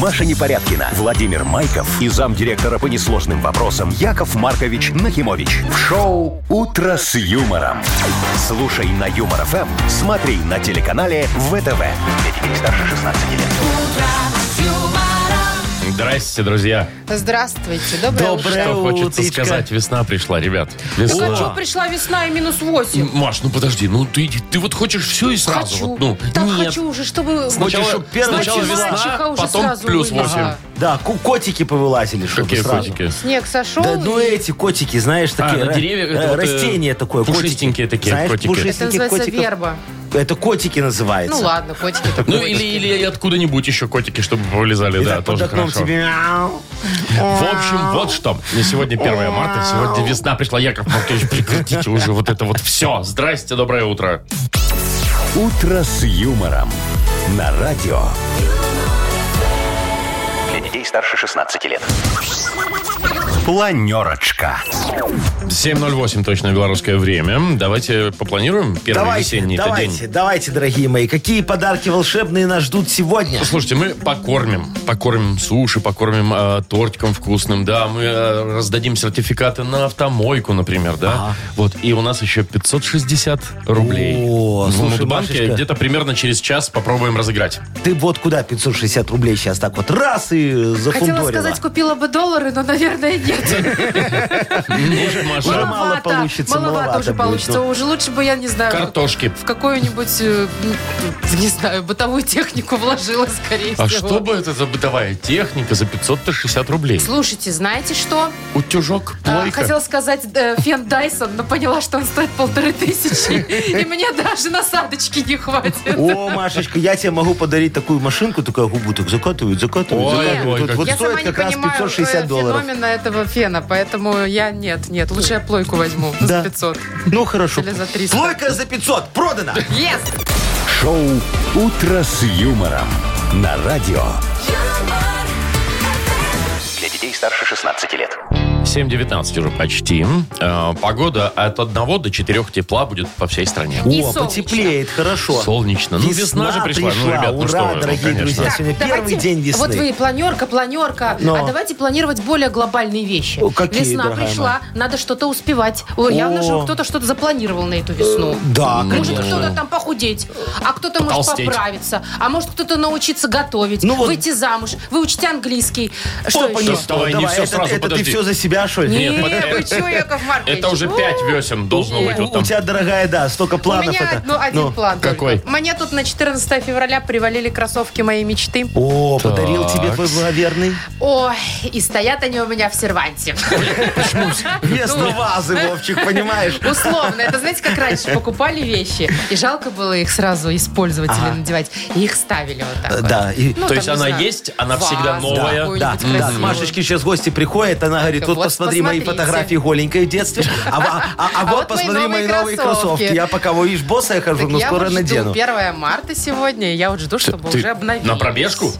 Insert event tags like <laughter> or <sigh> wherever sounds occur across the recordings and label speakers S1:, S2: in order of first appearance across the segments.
S1: Маша Непорядкина, Владимир Майков и замдиректора по несложным вопросам Яков Маркович Нахимович. В шоу «Утро с юмором». Слушай на Юмор ФМ, смотри на телеканале ВТВ. Для детей старше 16 лет.
S2: Здрасте, друзья.
S3: Здравствуйте, доброе,
S4: Доброе.
S3: утро.
S2: Что хочется
S4: Утечка.
S2: сказать, весна пришла, ребят.
S3: Так а
S2: Весна.
S3: чё пришла весна и минус 8?
S2: Маш, ну подожди, ну ты, ты вот хочешь все и сразу.
S3: Угу. хочу.
S2: вот, ну,
S3: так
S2: нет.
S3: хочу уже, чтобы...
S2: Сначала,
S4: чтоб первое
S2: сначала
S4: число.
S3: Мальчика
S2: весна,
S3: уже
S2: потом
S3: сразу
S2: плюс
S3: вылезла.
S2: 8.
S3: Ага.
S4: Да, ку- котики повылазили, чтобы
S2: Какие
S4: сразу.
S2: котики? А,
S3: Снег сошел.
S4: Да, ну
S2: э,
S3: и-
S4: эти котики, знаешь, такие
S2: на
S4: ра-
S2: деревьях
S4: э,
S2: это вот, э,
S4: растения такое, котики.
S2: пушистенькие такие
S4: Знаешь,
S2: котики.
S3: Это
S4: пушистеньких
S3: называется
S4: котиков-
S3: верба.
S4: Это котики называется.
S3: Ну ладно, котики. так
S2: Ну
S3: котики.
S2: или, или откуда-нибудь еще котики, чтобы вылезали,
S4: И
S2: да,
S4: так под
S2: тоже
S4: окном
S2: хорошо.
S4: тебе мяу.
S2: В общем, вот что. На Сегодня 1 марта, сегодня весна пришла. Яков Маркович, прекратите уже вот это вот все. Здрасте, доброе утро.
S1: «Утро с юмором» на радио. Для детей старше 16 лет. Планерочка.
S2: 7.08 точно белорусское время. Давайте попланируем первый весенний это
S4: давайте,
S2: день.
S4: давайте, дорогие мои. Какие подарки волшебные нас ждут сегодня?
S2: Слушайте, мы покормим. Покормим суши, покормим э, тортиком вкусным, да. Мы э, раздадим сертификаты на автомойку, например, да. Вот, и у нас еще 560 рублей. Ну,
S4: О,
S2: в
S4: слушай,
S2: Мудбанке
S4: Машечка.
S2: где-то примерно через час попробуем разыграть.
S4: Ты вот куда 560 рублей сейчас так вот раз и
S3: Хотела
S4: зафундорила.
S3: сказать, купила бы доллары, но, наверное, нет.
S2: Может, Маша,
S4: Мама. мало получится,
S3: Маловато
S4: маловато
S3: уже
S4: будет,
S3: получится.
S4: ну.
S3: Уже лучше бы, я не знаю,
S2: картошки.
S3: в какую-нибудь, э, м, не знаю, бытовую технику вложила, скорее всего.
S2: А что бы это за бытовая техника за 560 рублей?
S3: Слушайте, знаете что?
S2: Утюжок,
S3: А,
S2: плойка.
S3: Хотела сказать э, фен Дайсон, но поняла, что он стоит полторы
S4: <laughs>
S3: тысячи. И мне даже насадочки не хватит.
S4: О, Машечка, я тебе могу подарить такую машинку, такая губу так закатывают, закатывают,
S2: Ой,
S4: закатывают.
S2: ой,
S4: вот
S2: как-
S4: вот
S3: я сама
S4: стоит
S3: не
S4: как раз
S3: понимаю
S4: 560
S3: э,
S4: долларов.
S3: феномена этого фена, поэтому я нет, нет. Лучше я плойку возьму за
S4: Да.
S3: 500.
S4: Ну, хорошо.
S3: Или за 300.
S4: Плойка за 500, продано.
S3: Yes!
S1: Шоу «Утро с юмором» на радио.
S5: юмор,
S6: Для детей старше 16 лет.
S2: 7.19 уже почти. Э, Погода от 1 до 4 тепла будет по всей стране.
S3: И
S4: О,
S3: солнечно.
S4: потеплеет, хорошо.
S2: Солнечно. Ну, весна же пришла. Ну, ребят, ну
S4: Ура,
S2: что вы, ну,
S4: дорогие
S2: конечно.
S4: друзья,
S2: Так,
S4: сегодня первый
S3: Давайте-
S4: день весны.
S3: Вот вы планерка, планерка.
S4: Но.
S3: А давайте планировать более глобальные вещи.
S4: О, какие,
S3: Весна
S4: дорогая
S3: пришла, надо что-то успевать. О, Явно же
S4: О. Э,
S3: кто-то что-то запланировал на эту весну.
S4: Да,
S3: Может,
S4: конечно.
S3: кто-то там похудеть, а кто-то может
S2: Потолстеть.
S3: поправиться, а может, кто-то научиться готовить,
S4: Ну вот-
S3: выйти замуж, выучить английский. Что
S4: Опа,
S3: еще?
S4: не
S2: Давай, не
S4: давай,
S2: всё
S4: это,
S2: сразу,
S4: это ты
S2: подожди.
S4: все за себя, что ли? Ну,
S3: Не,
S2: Нет, под-
S3: вы чё, Яков Маркович?
S2: Это уже 5
S3: У,
S2: весен должно быть. вот
S4: У
S2: Ну, там.
S4: тебя, дорогая, да, столько
S3: У
S4: планов
S3: меня
S4: это.
S3: ну, один
S4: Ну.
S3: план. только.
S2: Какой?
S3: Мне тут на 14 февраля привалили кроссовки моей мечты.
S4: О, подарил
S2: Так.
S4: тебе твой
S3: <laughs>
S4: благоверный.
S3: Ой, и стоят они у меня
S2: <laughs>
S3: в серванте. Ну.
S4: Вместо вазы,
S3: <laughs>
S4: Вовчик, понимаешь?
S3: Условно. Это знаете, как раньше покупали вещи, и жалко было их сразу использовать или надевать. И их ставили вот так.
S4: Э,
S3: вот.
S4: Да, и...
S3: Ну,
S2: То есть
S3: не
S2: она
S3: знаю,
S2: есть, она всегда
S3: вазу
S2: новая.
S3: какую-нибудь
S4: Да, М-м-м. да.
S3: красивую.
S4: Машечки сейчас гости приходят, она говорит, вот
S3: Вот
S4: посмотри мои
S3: посмотрите.
S4: фотографии голенькой в
S3: <laughs>
S4: детстве, а во- а- а
S3: вот
S4: вот
S3: мои
S4: посмотри
S3: новые
S4: мои новые кроссовки.
S3: кроссовки.
S4: Я пока, во, видишь, босая хожу,
S3: Так
S4: но
S3: я
S4: Ну,
S3: вот
S4: скоро
S3: жду
S4: надену.
S3: 1 марта сегодня, и я вот жду, чтобы
S2: ты
S3: уже обновить.
S2: на пробежку?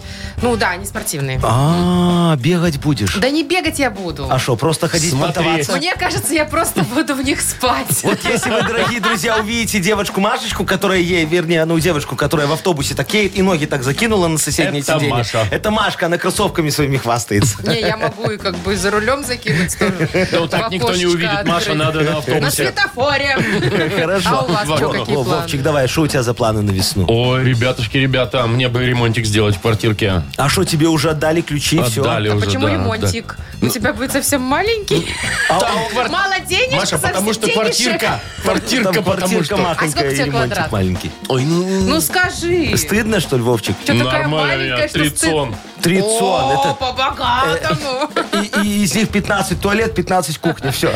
S3: Ну да, они спортивные.
S4: А, бегать будешь.
S3: Да не бегать я буду.
S4: А что, просто ходить
S2: Смотреть.
S4: понтоваться?
S3: Мне кажется, я просто буду в них спать.
S4: Вот если вы, дорогие друзья, увидите девочку Машечку, которая ей, вернее, ну, девочку, которая в автобусе так едет и ноги так закинула на соседнее
S2: Это
S4: сиденье.
S2: Маша.
S4: Это Машка, она кроссовками своими хвастается.
S3: Не, я могу и как бы за рулем закинуть тоже.
S2: Ну, так
S3: В
S2: никто не
S3: окошечко
S2: увидит. Маша,
S3: открыть.
S2: надо на
S3: На
S2: автобусе.
S3: светофоре.
S4: Хорошо.
S3: А у вас
S2: Во,
S3: что,
S2: во,
S3: какие
S4: Во,
S3: планы?
S4: Вовчик, давай, что у тебя за планы на весну?
S2: Ой, ребятушки, ребята, мне бы ремонтик сделать в квартирке.
S4: А что, тебе уже отдали ключи, все?
S2: Отдали
S3: А
S2: уже,
S3: почему
S2: да, Ну,
S3: ремонтик? У тебя будет совсем маленький?
S2: да. Там квар-
S3: Мало денег?
S2: ну, Маша, потому что квартирка. Квартирка,
S4: Там
S2: потому
S4: квартирка
S2: что...
S4: махонькая
S3: А сколько
S4: и
S3: тебе
S4: ремонтик
S3: квадрат?
S4: маленький.
S2: Ой, ну...
S3: Ну скажи.
S4: Стыдно, что ли, Вовчик?
S3: Чё Ну, такая
S2: Нормально,
S3: маленькая, что стыд?
S2: трицон.
S4: Трицон.
S3: О,
S4: Это... э,
S3: по-богатому.
S4: И, и из них 15 туалет, 15
S3: <laughs>
S4: кухня, все.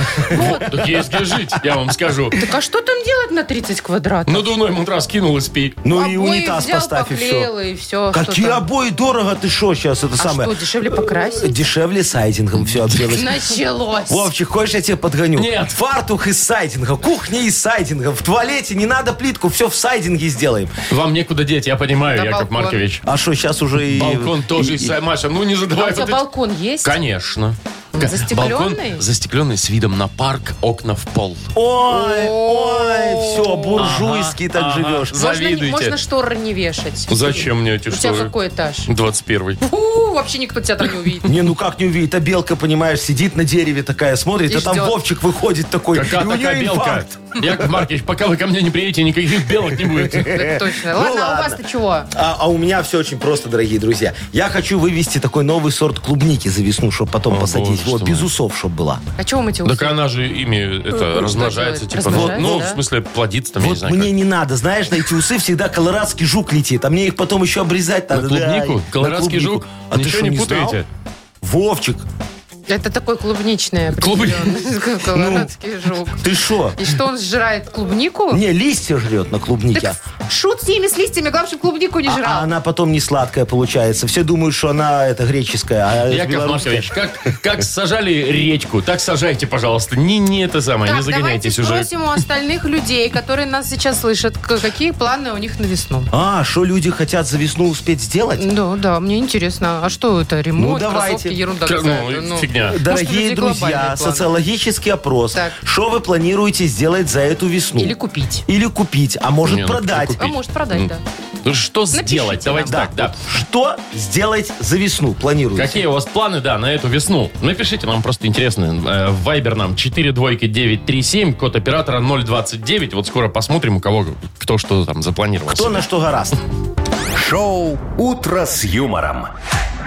S2: Так есть где жить, я вам скажу.
S3: Так а что там делать на 30 квадратов?
S2: Надувной матрас кинул и спи.
S4: Ну
S3: Обои
S4: и унитаз
S3: взял,
S4: поставь, и
S3: поклеил,
S4: все.
S3: и все.
S4: Какие обои дорого, ты шо сейчас, это
S3: А
S4: самое.
S3: что, дешевле покрасить?
S4: Дешевле сайтингом все обделать.
S3: Началось. А
S4: Вовчик, хочешь, я тебя подгоню?
S2: Нет.
S4: Фартух из сайдинга, кухня из сайдинга. В туалете не надо плитку, все в сайдинге сделаем.
S2: Вам некуда деть, я понимаю,
S3: Да,
S2: Яков
S3: балкон.
S2: Маркович.
S4: А что, сейчас уже и...
S2: Балкон тоже,
S4: и-
S2: из Са- Маша, ну не
S3: А
S2: задавай
S3: у тебя
S2: вот эти-
S3: балкон есть?
S2: Конечно.
S3: Застекленный?
S2: Балкон застекленный с видом на парк, окна в пол.
S4: Ой, ой, все, буржуйский так
S2: ага.
S4: живешь.
S2: За- завидуете.
S3: Можно, можно шторы не вешать.
S2: Зачем мне эти
S3: У тебя
S2: шторы?
S3: какой этаж?
S2: 21
S3: Фу, вообще никто тебя там не
S4: <laughs>
S3: увидит.
S4: Не, ну как не увидит, а белка, понимаешь, сидит на дереве такая, смотрит,
S3: И
S4: а там
S3: ждет.
S4: Вовчик выходит такой,
S2: Какая
S4: и у
S2: такая
S4: нее
S2: белка?
S4: инфаркт.
S2: Яков Маркович, пока вы ко мне не приедете, никаких белок не будет.
S3: Так Точно. Ладно, а у
S4: Ну ладно.
S3: вас-то чего?
S4: А, а у меня все очень просто, дорогие друзья. Я хочу вывести такой новый сорт клубники за весну, чтобы потом
S2: О,
S4: посадить.
S2: боже
S4: вот,
S2: ты
S4: без
S2: мой.
S4: усов, чтобы была.
S3: О чем эти
S2: <laughs> Так
S3: усы?
S2: она же ими это
S3: Ну,
S2: размножается,
S3: да,
S2: типа, ну, ну, в
S3: размножается, да.
S2: смысле, плодится там, я не
S4: вот
S2: знаю.
S4: мне
S2: как.
S4: не надо, знаешь, на эти усы всегда колорадский жук летит, а мне их потом еще обрезать надо.
S2: клубнику?
S4: Да,
S2: Колорадский
S4: на клубнику.
S2: жук?
S4: А ты
S2: Ничего
S4: что,
S2: не
S4: не знал?
S2: путаете?
S4: Вовчик,
S3: Это такой
S4: <laughs>
S3: клубничный
S2: Клуб-
S4: Ну.
S3: определенно. Колорадский жук.
S4: ты что?
S3: И что, он сжирает клубнику?
S4: Не, листья жрет на клубнике.
S3: Так шут с ними, с листьями. Главное, чтобы клубнику не
S4: А- А,
S3: жрал.
S4: она потом не сладкая получается. Все думают, что она это греческая, а
S2: Яков
S4: белорусская.
S2: Маркович, как, как сажали речку, так сажайте, пожалуйста. Не, не это самое, не
S3: Так, давайте
S2: загоняйтесь уже.
S3: спросим у остальных людей, которые нас сейчас слышат, к- какие планы у них на весну.
S4: А, что люди хотят за весну успеть сделать?
S3: Да, да, мне интересно. А что это? Ремонт,
S4: Ну, давайте.
S3: кроссовки, ерунда
S2: К-
S3: какая-то,
S2: Ну, фигня.
S3: Может, у
S4: Дорогие
S3: людей глобальные
S4: друзья,
S3: планы.
S4: социологический опрос.
S3: Так.
S4: Что вы планируете сделать за эту весну?
S3: Или купить.
S4: Или купить, а может
S2: Не, ну,
S4: продать.
S2: купить.
S3: А может продать, да.
S2: Ну, Что сделать? Давайте
S4: Да,
S2: так, да.
S4: вот Что сделать за весну планируете?
S2: Какие у вас планы, да, на эту весну? Напишите, нам просто интересно. Э, В Viber нам 42937, код оператора 029. Вот скоро посмотрим, у кого кто что там запланировал.
S4: Кто на
S2: <laughs>
S4: что гораст?
S1: Шоу «Утро с юмором».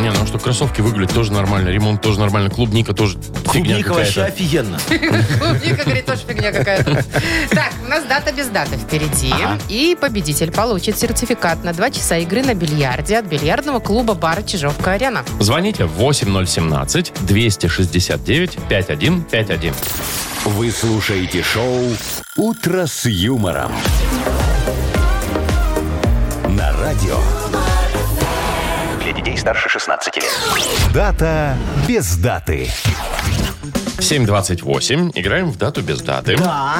S2: Не, ну что, кроссовки выглядят тоже нормально, ремонт тоже нормально, клубника тоже фигня
S4: Клубника вообще
S2: какая-то.
S4: офигенно.
S3: <laughs> Клубника, Ну, говорит, тоже
S2: <laughs>
S3: фигня какая-то. Так, у нас дата без даты впереди. И победитель получит сертификат на 2 часа игры на бильярде от бильярдного клуба бара Чижовка-Арена.
S2: Звоните 8017-269-5151.
S1: Вы слушаете шоу «Утро с юмором». На радио.
S6: Для детей старше 16 лет.
S1: Дата без даты.
S2: 7.28. Играем в дату без даты.
S4: Да.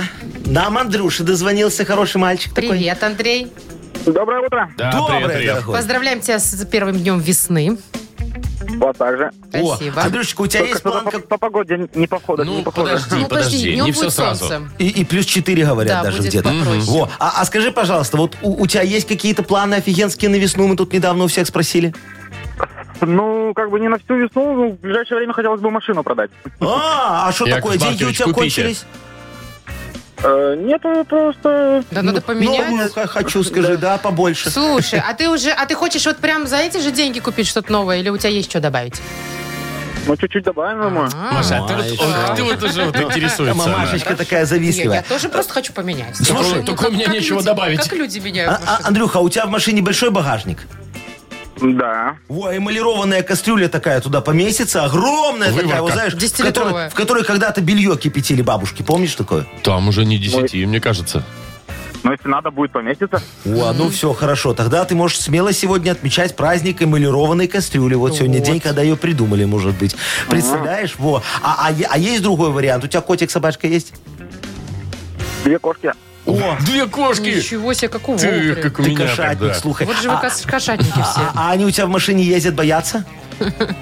S4: Нам Андрюша дозвонился, хороший мальчик такой.
S3: Привет, Андрей.
S5: Доброе утро.
S2: Да,
S4: Доброе,
S2: привет, привет.
S4: дорогой.
S3: Поздравляем тебя с первым днем весны.
S5: Вот так же.
S4: О,
S3: Спасибо.
S4: Андрюшечка, у тебя
S5: Только
S4: есть
S5: что
S4: план...
S5: по,
S4: как-
S5: по погоде не походу.
S2: Ну,
S5: не походу.
S2: подожди,
S3: Ну,
S2: подожди,
S3: днем
S2: не все
S3: будет
S2: сразу.
S3: солнце.
S4: И, и плюс 4, говорят,
S3: Да,
S4: даже
S3: будет
S4: где-то.
S3: попроще.
S4: Во. А, а скажи, пожалуйста, вот у, у тебя есть какие-то планы офигенские на весну? Мы тут недавно у всех спросили.
S5: Ну, как бы не на всю весну, ну, в ближайшее время хотелось бы машину продать.
S4: А, а что
S2: Яков
S4: такое? Деньги у
S2: Маркович,
S4: тебя
S2: купите.
S4: кончились?
S5: Э, нет, ну, просто...
S3: Да
S2: Ну,
S3: надо
S4: Ну, Новую
S3: поменять.
S4: х- хочу, скажи, да,
S3: <laughs>
S4: побольше.
S3: Слушай, а ты уже, а ты хочешь вот прям за эти же деньги купить что-то новое, или у тебя есть что добавить?
S5: Ну, чуть-чуть добавим ему.
S2: Маша, а ты,
S4: Ой,
S2: вот- ох, ты вот уже вот интересуется. она.
S4: Мамашечка
S3: Я,
S4: такая
S3: я
S4: завистливая.
S3: тоже просто хочу поменять.
S4: Слушай,
S3: Ну,
S2: только
S3: как-
S2: у меня
S3: как
S2: нечего
S3: люди-
S2: добавить.
S3: Как люди меняют
S4: А- а,
S3: машины?
S4: Андрюха, у тебя в машине большой багажник?
S5: Да.
S4: Во, эмалированная кастрюля такая туда поместится, огромная такая,
S2: Выворка.
S4: вот знаешь, в
S3: Десятилитровая.
S4: которой, в которой когда-то белье кипятили бабушки, помнишь такое?
S2: Там уже не 10, мне кажется.
S5: Но если надо, будет поместиться.
S4: О, ну все, хорошо, тогда ты можешь смело сегодня отмечать праздник эмалированной кастрюли. Вот сегодня
S3: Вот.
S4: день, когда ее придумали, может быть. Представляешь? Во. А, а е- а есть другой вариант? У тебя котик, собачка есть?
S5: Две кошки.
S4: О,
S2: Две кошки!
S3: Ничего себе, как у
S2: Ты
S3: Вовы.
S2: как у
S4: ты
S2: меня
S4: кошатник,
S2: тогда.
S4: слухай.
S3: Вот же вы
S4: а,
S3: кос- кошатники все.
S4: а- а они у тебя в машине ездят, боятся?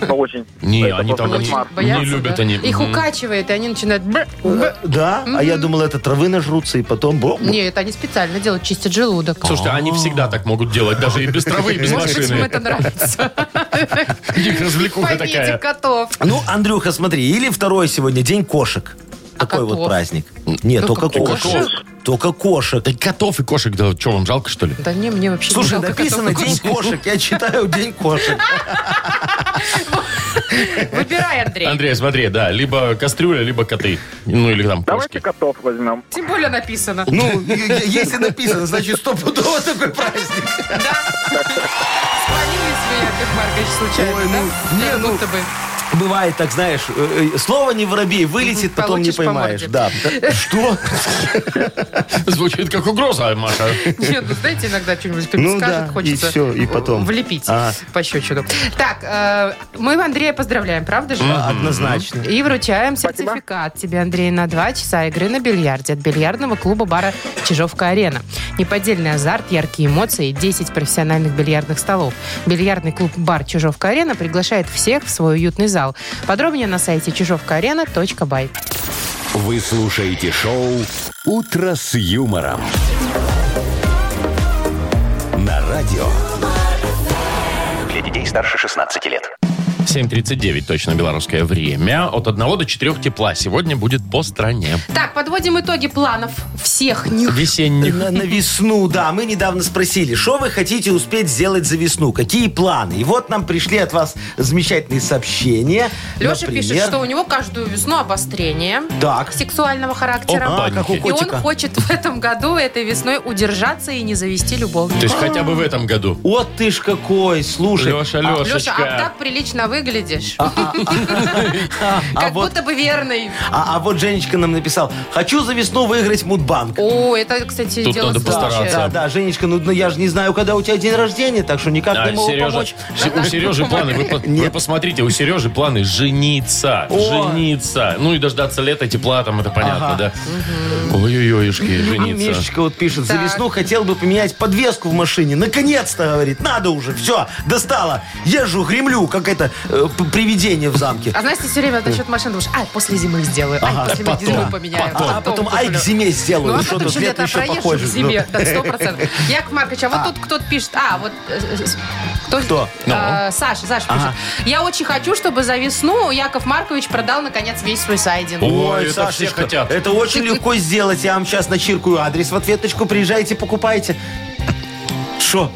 S5: Это очень.
S2: Не,
S5: Это
S2: они там
S5: просто
S2: не,
S5: кошмар.
S2: не
S3: Боятся,
S2: любят
S3: да?
S2: они.
S3: Их
S2: М.
S3: укачивает, и они начинают... бр- бр-
S4: Да, а я думал, это травы нажрутся и потом... бо-
S3: Э, Не, это они специально делают, чистят желудок.
S2: Слушайте, они всегда так могут делать, даже и без травы, и без
S3: Может быть, им
S2: машины.
S3: это нравится.
S2: У них развлекуха
S3: Поймите
S2: такая.
S3: котов.
S4: Ну, Андрюха, смотри, или второй сегодня день кошек. Такой вот
S3: А котов?
S4: праздник. Нет,
S3: Ну,
S4: только
S3: как
S4: кошек.
S2: кошек?
S4: Только кошек.
S2: Да котов и кошек, да что, вам жалко, что ли?
S3: Да не, мне вообще не
S4: Слушай,
S3: жалко
S4: написано
S3: котов.
S4: День кошек. Я читаю День кошек.
S3: Выбирай, Андрей.
S2: Андрей, смотри, да, либо кастрюля, либо коты. Ну, или там
S5: Давайте
S2: кошки.
S5: котов возьмем.
S3: Тем более написано.
S4: Ну, е- е- если написано, значит, стопудово такой праздник.
S3: Спалились вы, Яков Маркович, случайно,
S4: Ой,
S3: да?
S4: ну, не,
S3: Как
S4: ну,
S3: будто бы.
S4: Бывает так, знаешь, э, э, слово не воробей,
S3: Мгм,
S4: вылетит, потом не
S3: получишь по
S4: поймаешь.
S3: морде.
S4: Да. Да, Что?
S2: Звучит как угроза, Маша.
S3: Нет, ну, знаете, иногда что-нибудь кто-нибудь
S4: Ну да,
S3: скажет,
S4: и
S3: хочется
S4: всё, и
S3: в-
S4: потом.
S3: влепить
S4: А.
S3: пощечину. Так, э, мы Андрея поздравляем, правда же?
S4: Однозначно.
S3: И вручаем сертификат тебе, Андрей, на два часа игры на бильярде от бильярдного клуба бара «Чижовка-арена». Неподдельный азарт, яркие эмоции и 10 профессиональных бильярдных столов. Бильярдный клуб «Бар Чижовка-арена» приглашает всех в свой уютный зал. зал. Подробнее на сайте чижовкаарена.бай.
S1: Вы слушаете шоу «Утро с юмором». На радио
S6: Для детей старше 16 лет.
S2: 7.39 точно белорусское время. От 1 до 4 тепла сегодня будет по стране.
S3: Так, подводим итоги планов всех них.
S2: Весенних.
S4: На, на весну, да. Мы недавно спросили, что вы хотите успеть сделать за весну? Какие планы? И вот нам пришли от вас замечательные сообщения.
S3: Леша
S4: Например,
S3: пишет, что у него каждую весну обострение
S4: Так.
S3: сексуального характера.
S2: Опа, как у
S3: и он
S4: а, котика.
S3: хочет в этом году этой весной удержаться и не завести
S2: То
S3: любовника.
S2: есть хотя бы в этом году.
S4: Вот ты ж какой, слушай.
S2: Леша,
S3: Леша, а
S2: Лешечка.
S3: так прилично выглядишь. <laughs>
S4: А, а
S3: Как
S4: вот,
S3: будто бы верный.
S4: а, а вот Женечка нам написал, хочу за весну выиграть Мудбанк.
S3: О, это, кстати,
S2: Тут
S3: дело
S2: надо
S3: случая.
S2: постараться.
S4: Да, да, Женечка, ну, ну я же не знаю, когда у тебя день рождения, так что никак
S2: А,
S4: не могу
S2: Сережа,
S4: помочь.
S2: Се- у Сережи планы, вы, по- вы посмотрите, у Сережи планы жениться,
S4: О.
S2: жениться. Ну и дождаться лета, тепла там, это понятно,
S4: Ага.
S2: да? Ой-ой-ойшки,
S4: М-
S2: жениться.
S4: Мишечка вот пишет, за
S3: Так.
S4: весну хотел бы поменять подвеску в машине. Наконец-то, говорит, надо уже, все, достала. Езжу, гремлю, как это, э, п- привидение в замке.
S3: А знаете, все время насчет машин думаешь, ай, после зимы сделаю, ай, после
S2: потом,
S3: зимы поменяю.
S4: А, потом, ай, к
S3: куплю».
S4: зиме сделаю,
S3: Ну, а
S4: что
S3: потом
S4: тут
S3: же
S4: лето
S3: лето
S4: еще
S3: проедешь
S4: похоже,
S3: в зиме,
S4: ну.
S3: да, сто процентов.
S4: <laughs>
S3: Яков Маркович, а вот тут кто-то пишет, а, вот э, э, с- кто?
S4: Кто? Ну?
S3: А, Саша, Саша пишет. Я очень хочу, чтобы за весну Яков Маркович продал, наконец, весь свой сайдинг.
S2: О. Ой, это все
S4: Сашечка,
S2: хотят.
S4: Это очень легко сделать. Я вам сейчас начиркаю адрес в ответочку. Приезжайте, покупайте. Что?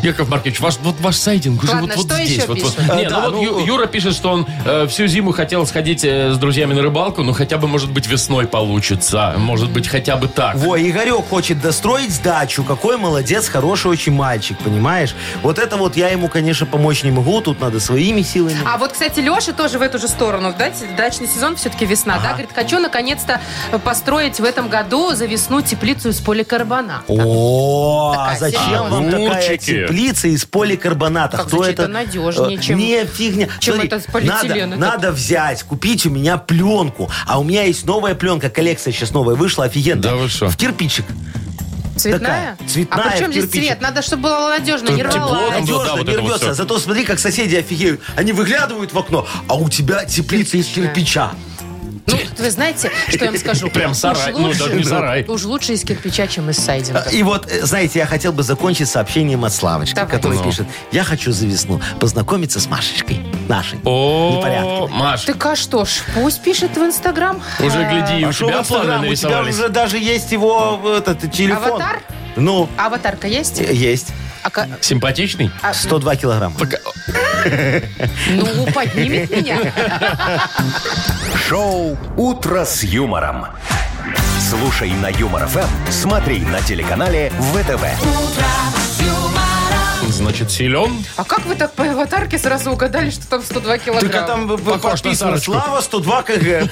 S2: Яков Маркович, ваш, вот ваш сайдинг уже
S3: Ладно,
S2: вот, вот
S3: что
S2: здесь.
S3: еще
S2: Вот, вот.
S3: пишут?
S2: Не,
S4: Э,
S2: ну
S4: да,
S2: вот
S4: ну,
S2: Ю- Юра пишет, что он э, всю зиму хотел сходить э, с друзьями на рыбалку, но хотя бы, может быть, весной получится. Может быть, хотя бы так.
S4: Во, Игорек хочет достроить дачу. Какой молодец, хороший очень мальчик, понимаешь? Вот это вот я ему, конечно, помочь не могу. Тут надо своими силами.
S3: А вот, кстати, Леша тоже в эту же сторону. Да, дачный сезон все-таки весна, да? Говорит, хочу наконец-то э, построить в этом году за весну теплицу из поликарбоната.
S4: О, а
S3: Такая
S4: зачем
S3: серьезная.
S4: вам такая
S2: Огурчики.
S4: теплица из поликарбоната?
S3: Как звучит, это надежнее,
S4: Э,
S3: чем-
S4: Не, фигня.
S3: чем
S4: Смотри,
S3: это с полиэтилена.
S4: Надо, надо взять, купить у меня пленку. А у меня есть новая пленка, коллекция сейчас новая вышла, офигенно.
S2: Да вы что?
S4: В кирпичик.
S3: Цветная?
S4: такая, цветная,
S3: А при чем здесь
S4: кирпичик.
S3: цвет? Надо, чтобы была надежно,
S2: Тут
S3: не
S2: тепло
S3: рвалась.
S2: там было.
S4: Надежно,
S2: да, вот
S4: не
S2: это вот
S4: рвется.
S2: всё.
S4: Зато смотри, как соседи офигеют. Они выглядывают в окно, а у тебя теплица из
S3: Кирпичная.
S4: кирпича.
S3: Ну, вы знаете, что я вам скажу?
S2: <laughs> Прям сарай.
S3: Уж
S2: Ну,
S3: лучше-
S2: даже не сарай.
S3: Уж лучше из кирпича, чем из сайдинга.
S4: И вот, э, знаете, я хотел бы закончить сообщением от Славочки,
S3: Давай.
S4: который
S2: Ну.
S4: пишет, я хочу за весну познакомиться с Машечкой, нашей.
S2: О,
S4: Непорядки.
S2: Маш,
S3: Так а что ж, пусть пишет в Инстаграм.
S2: уже
S3: А,
S2: гляди, у
S4: А что в
S2: тебя планы
S4: Инстаграм? У тебя
S2: нарисовались.
S4: уже даже есть его э, этот телефон.
S3: Аватар?
S4: Ну,
S3: Аватарка есть?
S4: э, есть.
S3: А ка-
S2: Симпатичный?
S3: а,
S4: 102 килограмма.
S3: ну, поднимет меня.
S1: Шоу «Утро с юмором». Слушай на Юмор ФМ, смотри на телеканале ВТВ.
S2: Значит, силен?
S3: А как вы так по аватарке сразу угадали, что там 102
S4: Только
S2: а
S3: килограмма?
S4: там э,
S2: Похож на
S4: подписано
S2: Сарочку. ну,
S4: «Слава 102 кг».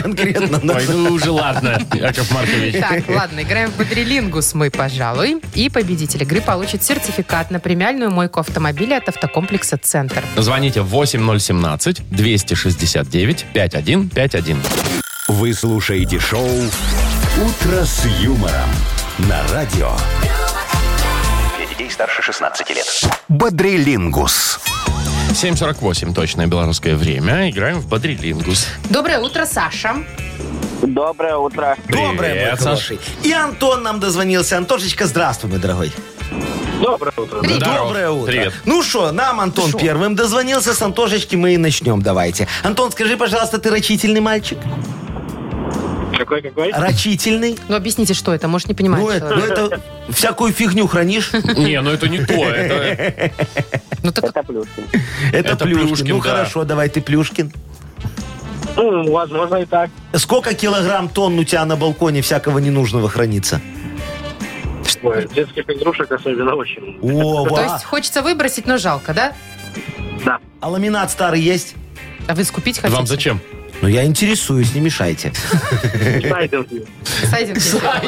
S4: <laughs> Конкретно. да.
S2: Пойду уже, ладно, Яков Маркович.
S3: Так, ладно, играем в Бодрилингус мы, пожалуй. И победитель игры получит сертификат на премиальную мойку автомобиля от автокомплекса «Центр».
S2: Звоните 8017-269-5151.
S1: Вы слушаете шоу «Утро с юмором» на радио
S6: Для детей старше 16 лет.
S1: «Бодрилингус».
S2: 7.48, точное белорусское время. Играем в Бодрилингус.
S3: Доброе утро, Саша.
S5: Доброе утро.
S4: Доброе, мой
S2: Привет, Саш.
S4: хороший. И Антон нам дозвонился. Антошечка, здравствуй, мой дорогой.
S5: Доброе утро.
S3: Привет.
S2: Здорово.
S4: Доброе утро.
S2: Привет.
S4: Ну что, нам Антон первым дозвонился. С Антошечки мы и начнем, давайте. Антон, скажи, пожалуйста, ты рачительный мальчик?
S5: Какой-какой?
S4: Рачительный?
S3: Ну, объясните, что это, может, не понимает
S4: Ну, это, ну,
S3: человек.
S4: это всякую фигню хранишь?
S2: Не, ну это не то.
S4: <laughs>
S2: Это...
S3: Ну, так
S5: Это плюшкин.
S4: Это,
S2: Это
S4: Плюшкин.
S2: Плюшкин,
S4: Ну
S2: да.
S4: хорошо, давай ты Плюшкин.
S5: Ну, возможно, и так.
S4: Сколько килограмм тонн у тебя на балконе всякого ненужного хранится?
S5: Ой, детских игрушек особенно очень.
S2: <laughs>
S4: О,
S3: То
S4: во.
S3: есть хочется выбросить, но жалко, да?
S5: Да.
S4: А ламинат старый есть?
S3: А вы скупить хотите?
S2: Вам зачем?
S4: Ну, я интересуюсь, не мешайте.
S5: Сайдинг.
S3: Сайдинг.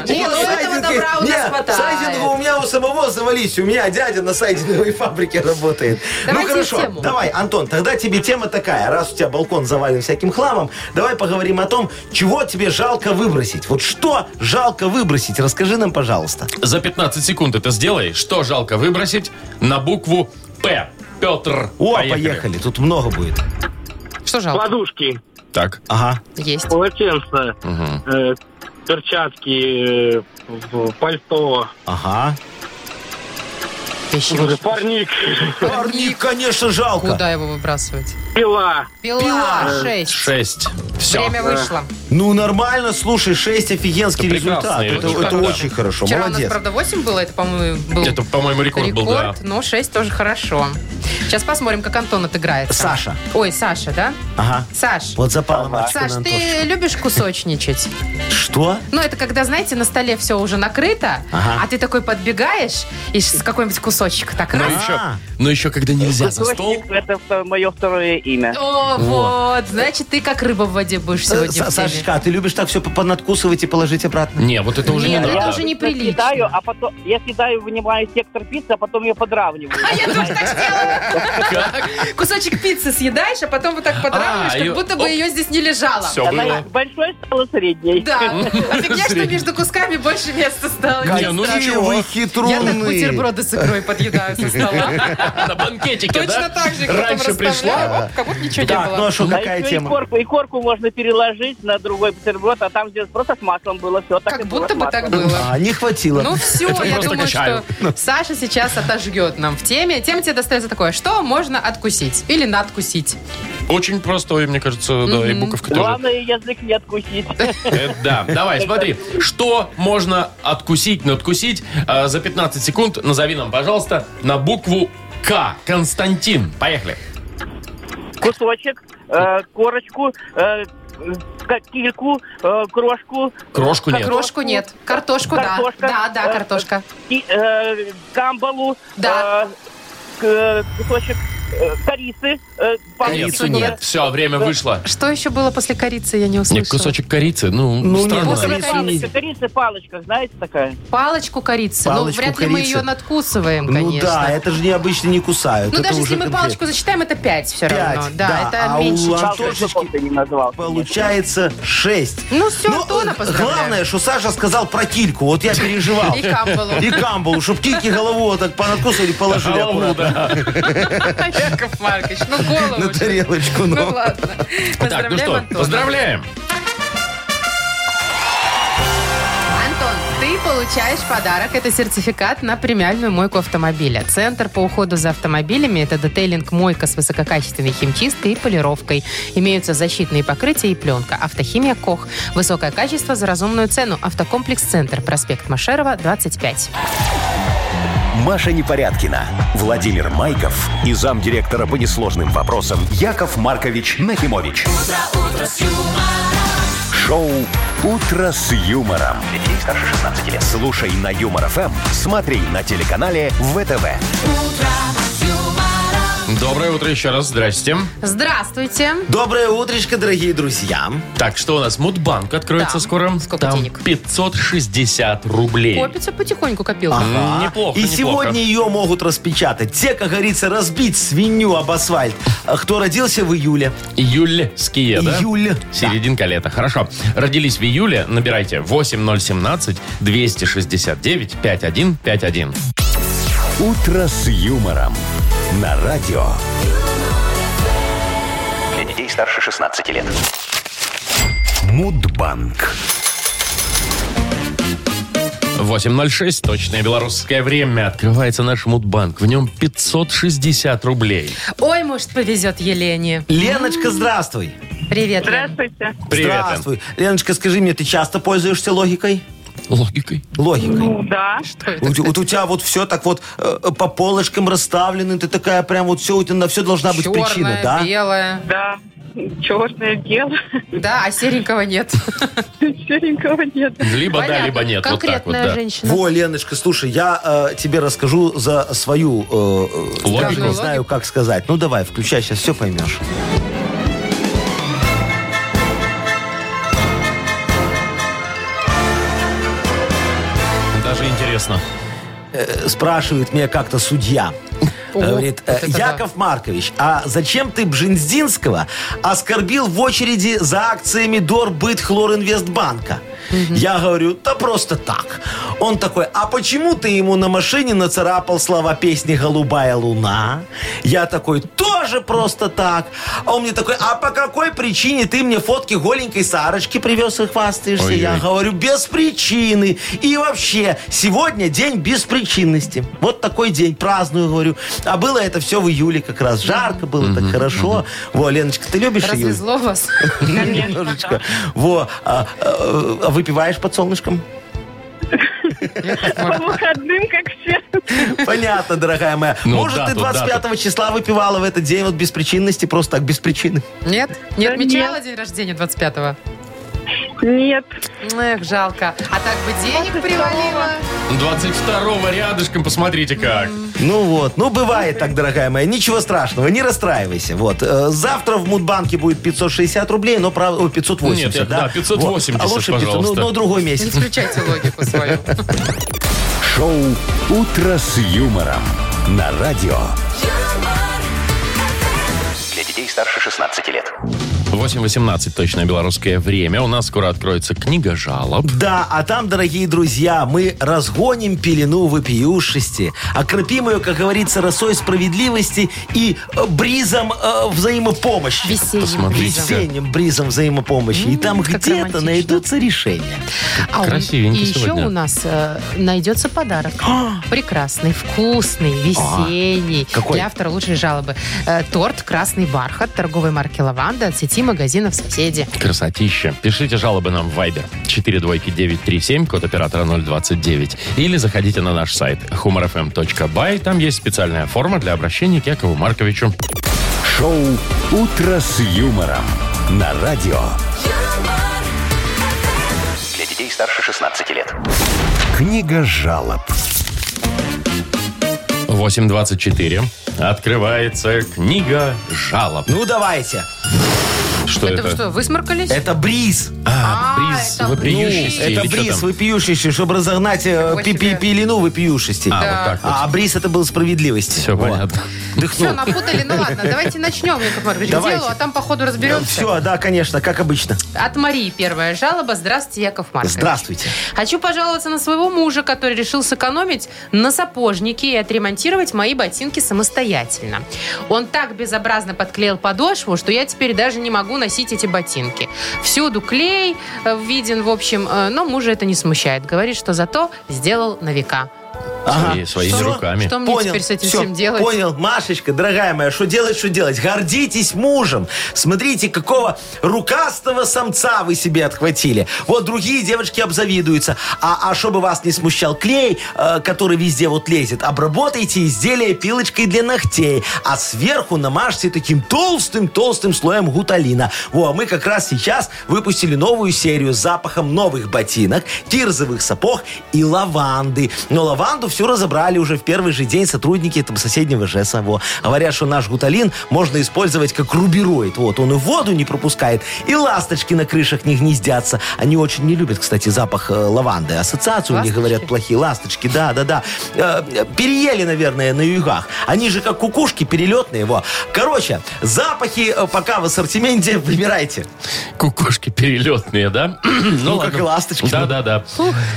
S3: Не, ну этого добра у нас
S4: сайдинга у
S3: хватает.
S4: меня у самого завались. У меня дядя на сайдинговой фабрике работает.
S3: Давайте
S4: ну, хорошо.
S3: тему.
S4: Давай, Антон, тогда тебе тема такая. Раз у тебя балкон завален всяким хламом, давай поговорим о том, чего тебе жалко выбросить. Вот что жалко выбросить? Расскажи нам, пожалуйста.
S2: За 15 секунд это сделай. Что жалко выбросить? На букву П. Петр.
S4: О, поехали. Тут много будет.
S3: Что жалко?
S5: Подушки,
S2: Так.
S4: Ага.
S3: Есть.
S5: полотенца,
S2: Мгм.
S5: э, перчатки, э, в- пальто,
S4: Ага.
S2: Ну,
S3: Вещи.
S5: парник,
S4: Парник, конечно, жалко.
S3: Куда его выбрасывать?
S5: пила.
S3: Пила,
S4: Пила.
S3: шесть.
S2: Шесть. Все.
S3: Время вышло.
S4: Ну, нормально, слушай, 6 офигенский
S2: Это
S4: результат.
S2: прекрасный
S4: Это,
S2: результат,
S4: это
S2: да.
S4: очень хорошо,
S3: Вчера у нас,
S4: молодец.
S3: правда, 8 было, это, по-моему, был
S2: Это, по-моему, рекорд, был, да.
S3: рекорд, но 6 тоже хорошо. Сейчас посмотрим, как Антон отыграется.
S4: Саша.
S3: Ой, Саша, да?
S4: Ага.
S3: Саш.
S4: Вот запала мачка
S3: Саш,
S4: на
S3: ты любишь кусочничать?
S4: Антошку. Что?
S3: Ну, это когда, знаете, на столе все уже накрыто,
S4: Ага.
S3: а ты такой подбегаешь и с какой-нибудь кусочек так
S2: Но
S3: раз.
S2: еще,
S4: А.
S2: но еще когда нельзя за стол.
S7: Кусочник – это вто- мое второе имя.
S3: О, вот, значит, ты как рыба в воде будешь сегодня
S4: Са-
S3: в теме.
S4: Сашечка, а ты любишь так все понадкусывать и положить обратно?
S2: Не, вот это уже не
S3: Нет,
S2: надо.
S3: это уже
S7: Я съедаю,
S3: неприлично.
S7: а потом я съедаю, вынимаю сектор пиццы, а потом ее подравниваю.
S3: А я тоже так сделала. Кусочек пиццы съедаешь, а потом вот так подравниваешь,
S2: её-
S3: как будто бы
S2: оп.
S3: ее здесь не лежало.
S2: Все
S7: Она
S2: было.
S7: из большой стала средней.
S2: <laughs>
S3: Да. А фигня, что между кусками больше места стало.
S2: Не, ну
S4: Какие
S2: ничего.
S4: вы
S3: Я так
S4: хитрунные.
S3: бутерброды с икрой подъедаю
S2: <laughs>
S3: со стола.
S2: На банкетике, да?
S3: Точно так же, как
S2: Раньше
S3: потом
S2: пришла.
S3: расставляю, оп, как будто ничего не
S4: Так, ну а
S3: было.
S4: что,
S7: А
S4: какая
S7: еще И,
S4: тема?
S7: корку, и корку можно переложить на другой бутерброд, а там сделать просто с маслом было все. Так и
S3: Как
S7: было
S3: будто
S7: с
S3: бы
S7: маслом.
S3: так было.
S4: А, не хватило.
S3: Ну все,
S2: Это
S3: я
S2: просто
S3: думаю,
S2: качаю.
S3: что Саша сейчас отожгет нам в теме. Тема тебе достается такое, что можно откусить или надкусить.
S2: Очень простой, мне кажется, да, и буковка тоже.
S7: Главное, язык не откусить.
S2: Это Э, да. Давай, смотри, что можно откусить, надкусить э, за 15 секунд. Назови нам, пожалуйста, на букву К. Константин. Поехали.
S7: <laughs> Кусочек, э, корочку, э, к- кильку, э, крошку,
S2: Крошку нет.
S3: Крошку нет, картошку да.
S7: Картошка.
S3: Да, да,
S7: Э,
S3: картошка.
S7: и, э, гамбалу,
S3: Да.
S7: э, к- э, кусочек э, корицы. э, помню,
S2: Нет,
S7: что-то
S2: нет. Все, время вышло.
S3: Что еще было после корицы, я не услышала.
S2: Нет, кусочек корицы, ну,
S4: Ну, нет,
S2: странно.
S3: после
S7: такое. Палочка, корица, палочка, знаете такая?
S3: Палочку корицы. Ну,
S4: Палочку
S3: вряд ли мы
S4: корицы.
S3: ее надкусываем,
S4: Ну
S3: конечно.
S4: да, это же не обычно не кусают.
S3: Ну,
S4: это
S3: даже
S4: уже
S3: если мы
S4: конкретно.
S3: палочку зачитаем, это 5 все
S4: Пять,
S3: равно. Да,
S4: да.
S3: это
S4: А
S3: меньше.
S4: у
S3: чем-
S4: Антона-
S7: Палочка, что-то не назвал.
S4: Получается 6.
S3: Ну все, Антона поздравляю.
S4: Главное, что Саша сказал про кильку. Вот я переживал.
S3: И
S4: <laughs>
S3: камбалу.
S4: И камбалу, чтобы кильки голову вот так понадкусали, положили
S2: Голову,
S3: <laughs>
S4: аккуратно
S3: Яков Маркович, ну голову.
S4: на
S3: же.
S4: тарелочку.
S3: Ну
S4: Ну,
S3: ладно.
S2: Так, ну
S3: Поздравляем
S2: что,
S3: Антона.
S2: поздравляем.
S3: Антон, ты получаешь подарок. Это сертификат на премиальную мойку автомобиля. Центр по уходу за автомобилями – это детейлинг-мойка с высококачественной химчисткой и полировкой. Имеются защитные покрытия и пленка. Автохимия КОХ. Высокое качество за разумную цену. Автокомплекс-центр. Проспект Машерова, 25.
S1: Маша Непорядкина, Владимир Майков и замдиректора по несложным вопросам Яков Маркович Нахимович. Шоу Утро с юмором. Детей старше 16 лет. Слушай на юмор ФМ, смотри на телеканале ВТВ.
S2: Доброе утро еще раз. Здрасте.
S3: Здравствуйте.
S4: Доброе утречко, дорогие друзья.
S2: Так, что у нас? Мудбанк откроется
S3: Да.
S2: скоро.
S3: Сколько
S2: Там
S3: денег?
S2: 560 рублей.
S3: Копится потихоньку копилка.
S2: М, А? Неплохо,
S4: И
S2: неплохо.
S4: сегодня ее могут распечатать. Те, как говорится, разбить свинью об асфальт. А Кто родился в июле?
S2: Июльские, да?
S4: Июль.
S2: Серединка лета. Хорошо. Родились в июле. Набирайте 8017-269-5151.
S1: Утро с юмором. На радио.
S6: Для детей старше 16 лет.
S1: Мудбанк.
S2: 8.06. Точное белорусское время. Открывается наш мудбанк. В нем 560 рублей.
S3: Ой, может, повезет Елене.
S4: Леночка, здравствуй.
S3: Привет. Лен.
S7: Здравствуйте.
S2: Привет, Лен.
S4: Здравствуй. Леночка, скажи мне, ты часто пользуешься логикой?
S2: Логикой.
S4: Логикой.
S7: Ну, да.
S4: У те- Вот у тебя вот все так вот э, э, по полочкам расставлены, ты такая прям вот все, у тебя на все должна быть
S3: Черная,
S4: причина, да?
S3: белая.
S7: Да. Черное дело. <laughs>
S3: Да, а серенького нет.
S7: Серенького нет.
S2: Либо да,
S3: Понятно.
S2: либо нет. Вот так вот,
S3: Конкретная
S2: да.
S3: женщина.
S4: Во, Леночка, слушай, я э, тебе расскажу за свою э, э,
S2: Логику.
S4: даже не знаю, как сказать. Ну давай, включай, сейчас все поймешь.
S2: Даже интересно.
S4: Э, Спрашивает меня как-то судья.
S3: О,
S4: Говорит, э,
S3: вот это да.
S4: Яков Маркович, а зачем ты Бжензинского оскорбил в очереди за акциями Дорбыт Хлоринвестбанка? Я говорю, да просто так. Он такой, а почему ты ему на машине нацарапал слова песни «Голубая луна»? Я такой, тоже просто так. А он мне такой, а по какой причине ты мне фотки голенькой Сарочки привез и хвастаешься? Я
S2: Ой-ой.
S4: говорю, без причины. И вообще, сегодня день без причинности. Вот такой день, праздную, говорю. А было это все в июле как раз. Жарко было, так хорошо. Во, Леночка, ты любишь июль?
S3: Развезло вас.
S4: Немножечко. Во, а, а, а выпиваешь под солнышком?
S7: По выходным, как все.
S4: Понятно, дорогая моя.
S2: Ну,
S4: Может,
S2: дату,
S4: ты 25 числа выпивала в этот день вот без причинности, просто так, без причины.
S3: Нет? Не
S7: Да
S3: отмечала день рождения 25-го?
S7: Нет.
S3: Эх, жалко. А так бы денег привалило.
S2: 22-го рядышком, посмотрите как.
S4: Ну вот, ну бывает так, дорогая моя, ничего страшного, не расстраивайся. Вот, Э, завтра в Мудбанке будет 560 рублей, но правда, ой, 580,
S2: Нет, да, 580,
S4: А лучше 500,
S2: пожалуйста.
S4: ну, ну, другой
S3: Не
S4: месяц.
S3: включайте логику <laughs> свою.
S1: Шоу «Утро с юмором» на радио.
S8: юмор,
S6: Для детей старше 16 лет.
S2: 8.18 точное белорусское время. У нас скоро откроется книга жалоб.
S4: Да, а там, дорогие друзья, мы разгоним пелену вопиюшести, окропим ее, как говорится, росой справедливости и э, бризом э, взаимопомощи.
S3: Весенним
S2: Посмотрите.
S3: призом.
S4: Весенним бризом взаимопомощи. И там
S3: М, как
S4: где-то
S3: романтично.
S4: найдутся решения.
S3: А у-
S2: Красивенько
S3: И еще
S2: сегодня.
S3: у нас э, найдется подарок. Прекрасный, вкусный, весенний.
S4: Какой?
S3: Для автора лучшей жалобы. Э, торт «Красный бархат» торговой марки «Лаванда» от сети магазинов «Соседи».
S2: Красотища. Пишите жалобы нам в Viber 42937, код оператора 029. Или заходите на наш сайт humorfm.by. Там есть специальная форма для обращения к Якову Марковичу.
S1: Шоу «Утро с юмором» на радио.
S8: юмор,
S6: Для детей старше 16 лет.
S1: Книга жалоб.
S2: 8.24. Открывается книга жалоб.
S4: Ну, давайте.
S2: Что
S3: Ну, Это вы
S2: это?
S3: что, высморкались?
S4: Это бриз.
S2: А, бриз
S3: это
S2: вопиющести
S4: Это
S2: или что
S4: бриз
S2: там?
S4: вопиющести, чтобы разогнать э,
S3: Какой
S4: пи- пи-
S3: себе?
S4: пелену вопиющести.
S2: А, вот так вот.
S4: А бриз это был справедливости.
S2: Все понятно.
S3: Все, напутали? Ну ладно, давайте начнем, Яков Маркович, к
S4: Давайте.
S3: делу, а там, походу, разберемся.
S4: Все, да, конечно, как обычно.
S3: От Марии первая жалоба. Здравствуйте, Яков Маркович.
S4: Здравствуйте.
S3: Хочу пожаловаться на своего мужа, который решил сэкономить на сапожнике и отремонтировать мои ботинки самостоятельно. Он так безобразно подклеил подошву, что я теперь даже не могу носить эти ботинки. Всюду клей э, виден, в общем, э, но мужа это не смущает. Говорит, что зато сделал на века.
S4: Ага.
S2: Свои- Своими
S4: Что?
S2: руками.
S3: Что мне теперь с этим
S4: всё,
S3: всем делать?
S4: Понял, Машечка, дорогая моя, что делать, что делать. Гордитесь мужем. Смотрите, какого рукастого самца вы себе отхватили. Вот другие девочки обзавидуются. А, а чтобы вас не смущал клей, э, который везде вот лезет, обработайте изделие пилочкой для ногтей, а сверху намажьте таким толстым-толстым слоем гуталина. Во, мы как раз сейчас выпустили новую серию с запахом новых ботинок, кирзовых сапог и лаванды. Но лаванду всю разобрали уже в первый же день сотрудники там, соседнего ЖЭСа. Во. Говорят, что наш гуталин можно использовать как рубероид. Вот, он и воду не пропускает, и ласточки на крышах не гнездятся. Они очень не любят, кстати, запах э, лаванды. Ассоциацию у них,
S3: Ласточки?
S4: говорят, плохие. Ласточки, да, да, да. Э, э, переели, наверное, на югах. Они же как кукушки перелетные. Во. Короче, запахи э, пока в ассортименте выбирайте.
S2: Кукушки перелетные, да? <clears throat> Ну,
S4: как и ласточки.
S2: Да, да, да.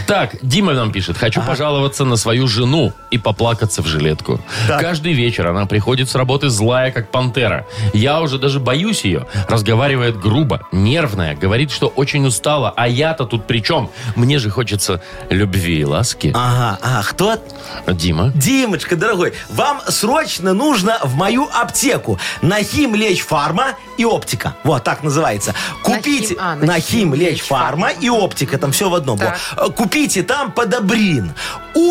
S2: Так, Дима нам пишет. Хочу пожаловаться на свою жену и поплакаться в жилетку.
S4: Так.
S2: Каждый вечер она приходит с работы злая, как пантера. Я уже даже боюсь ее. Разговаривает грубо, нервная. Говорит, что очень устала. А я-то тут при чем? Мне же хочется любви и ласки.
S4: Ага, а кто
S2: Дима.
S4: Димочка, дорогой, вам срочно нужно в мою аптеку. Нахим Лечь Фарма и Оптика. Вот, так называется. Купите
S3: Нахим- а,
S4: Нахим,
S3: Нахим
S4: Лечь
S3: Лечь Фарма.
S4: Фарма и Оптика, там все в одном.
S3: Так.
S4: Во. Э, Купите там подобрин.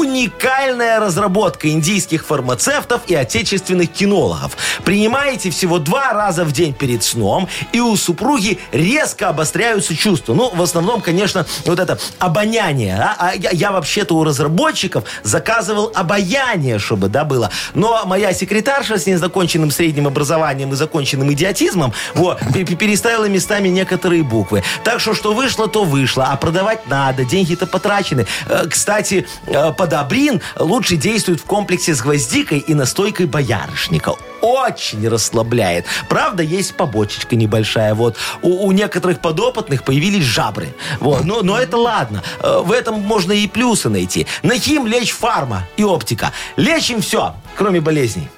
S4: Уникальная разработка индийских фармацевтов и отечественных кинологов. Принимаете всего два раза в день перед сном, и у супруги резко обостряются чувства. Ну, в основном, конечно, вот это обоняние. да. А я, я вообще-то у разработчиков заказывал обаяние, чтобы, да, было. Но моя секретарша с незаконченным средним образованием и законченным идиотизмом, вот, пе- пе- переставила местами некоторые буквы. Так что, что вышло, то вышло. А продавать надо, деньги-то потрачены. Э, Кстати, э, подобрин Антоцин лучше действует в комплексе с гвоздикой и настойкой боярышника. Очень расслабляет. Правда, есть побочечка небольшая. Вот у, у некоторых подопытных появились жабры. Вот. Но, но это ладно. Э, В этом можно и плюсы найти. Нахим лечь фарма и оптика. Лечим все, кроме болезней.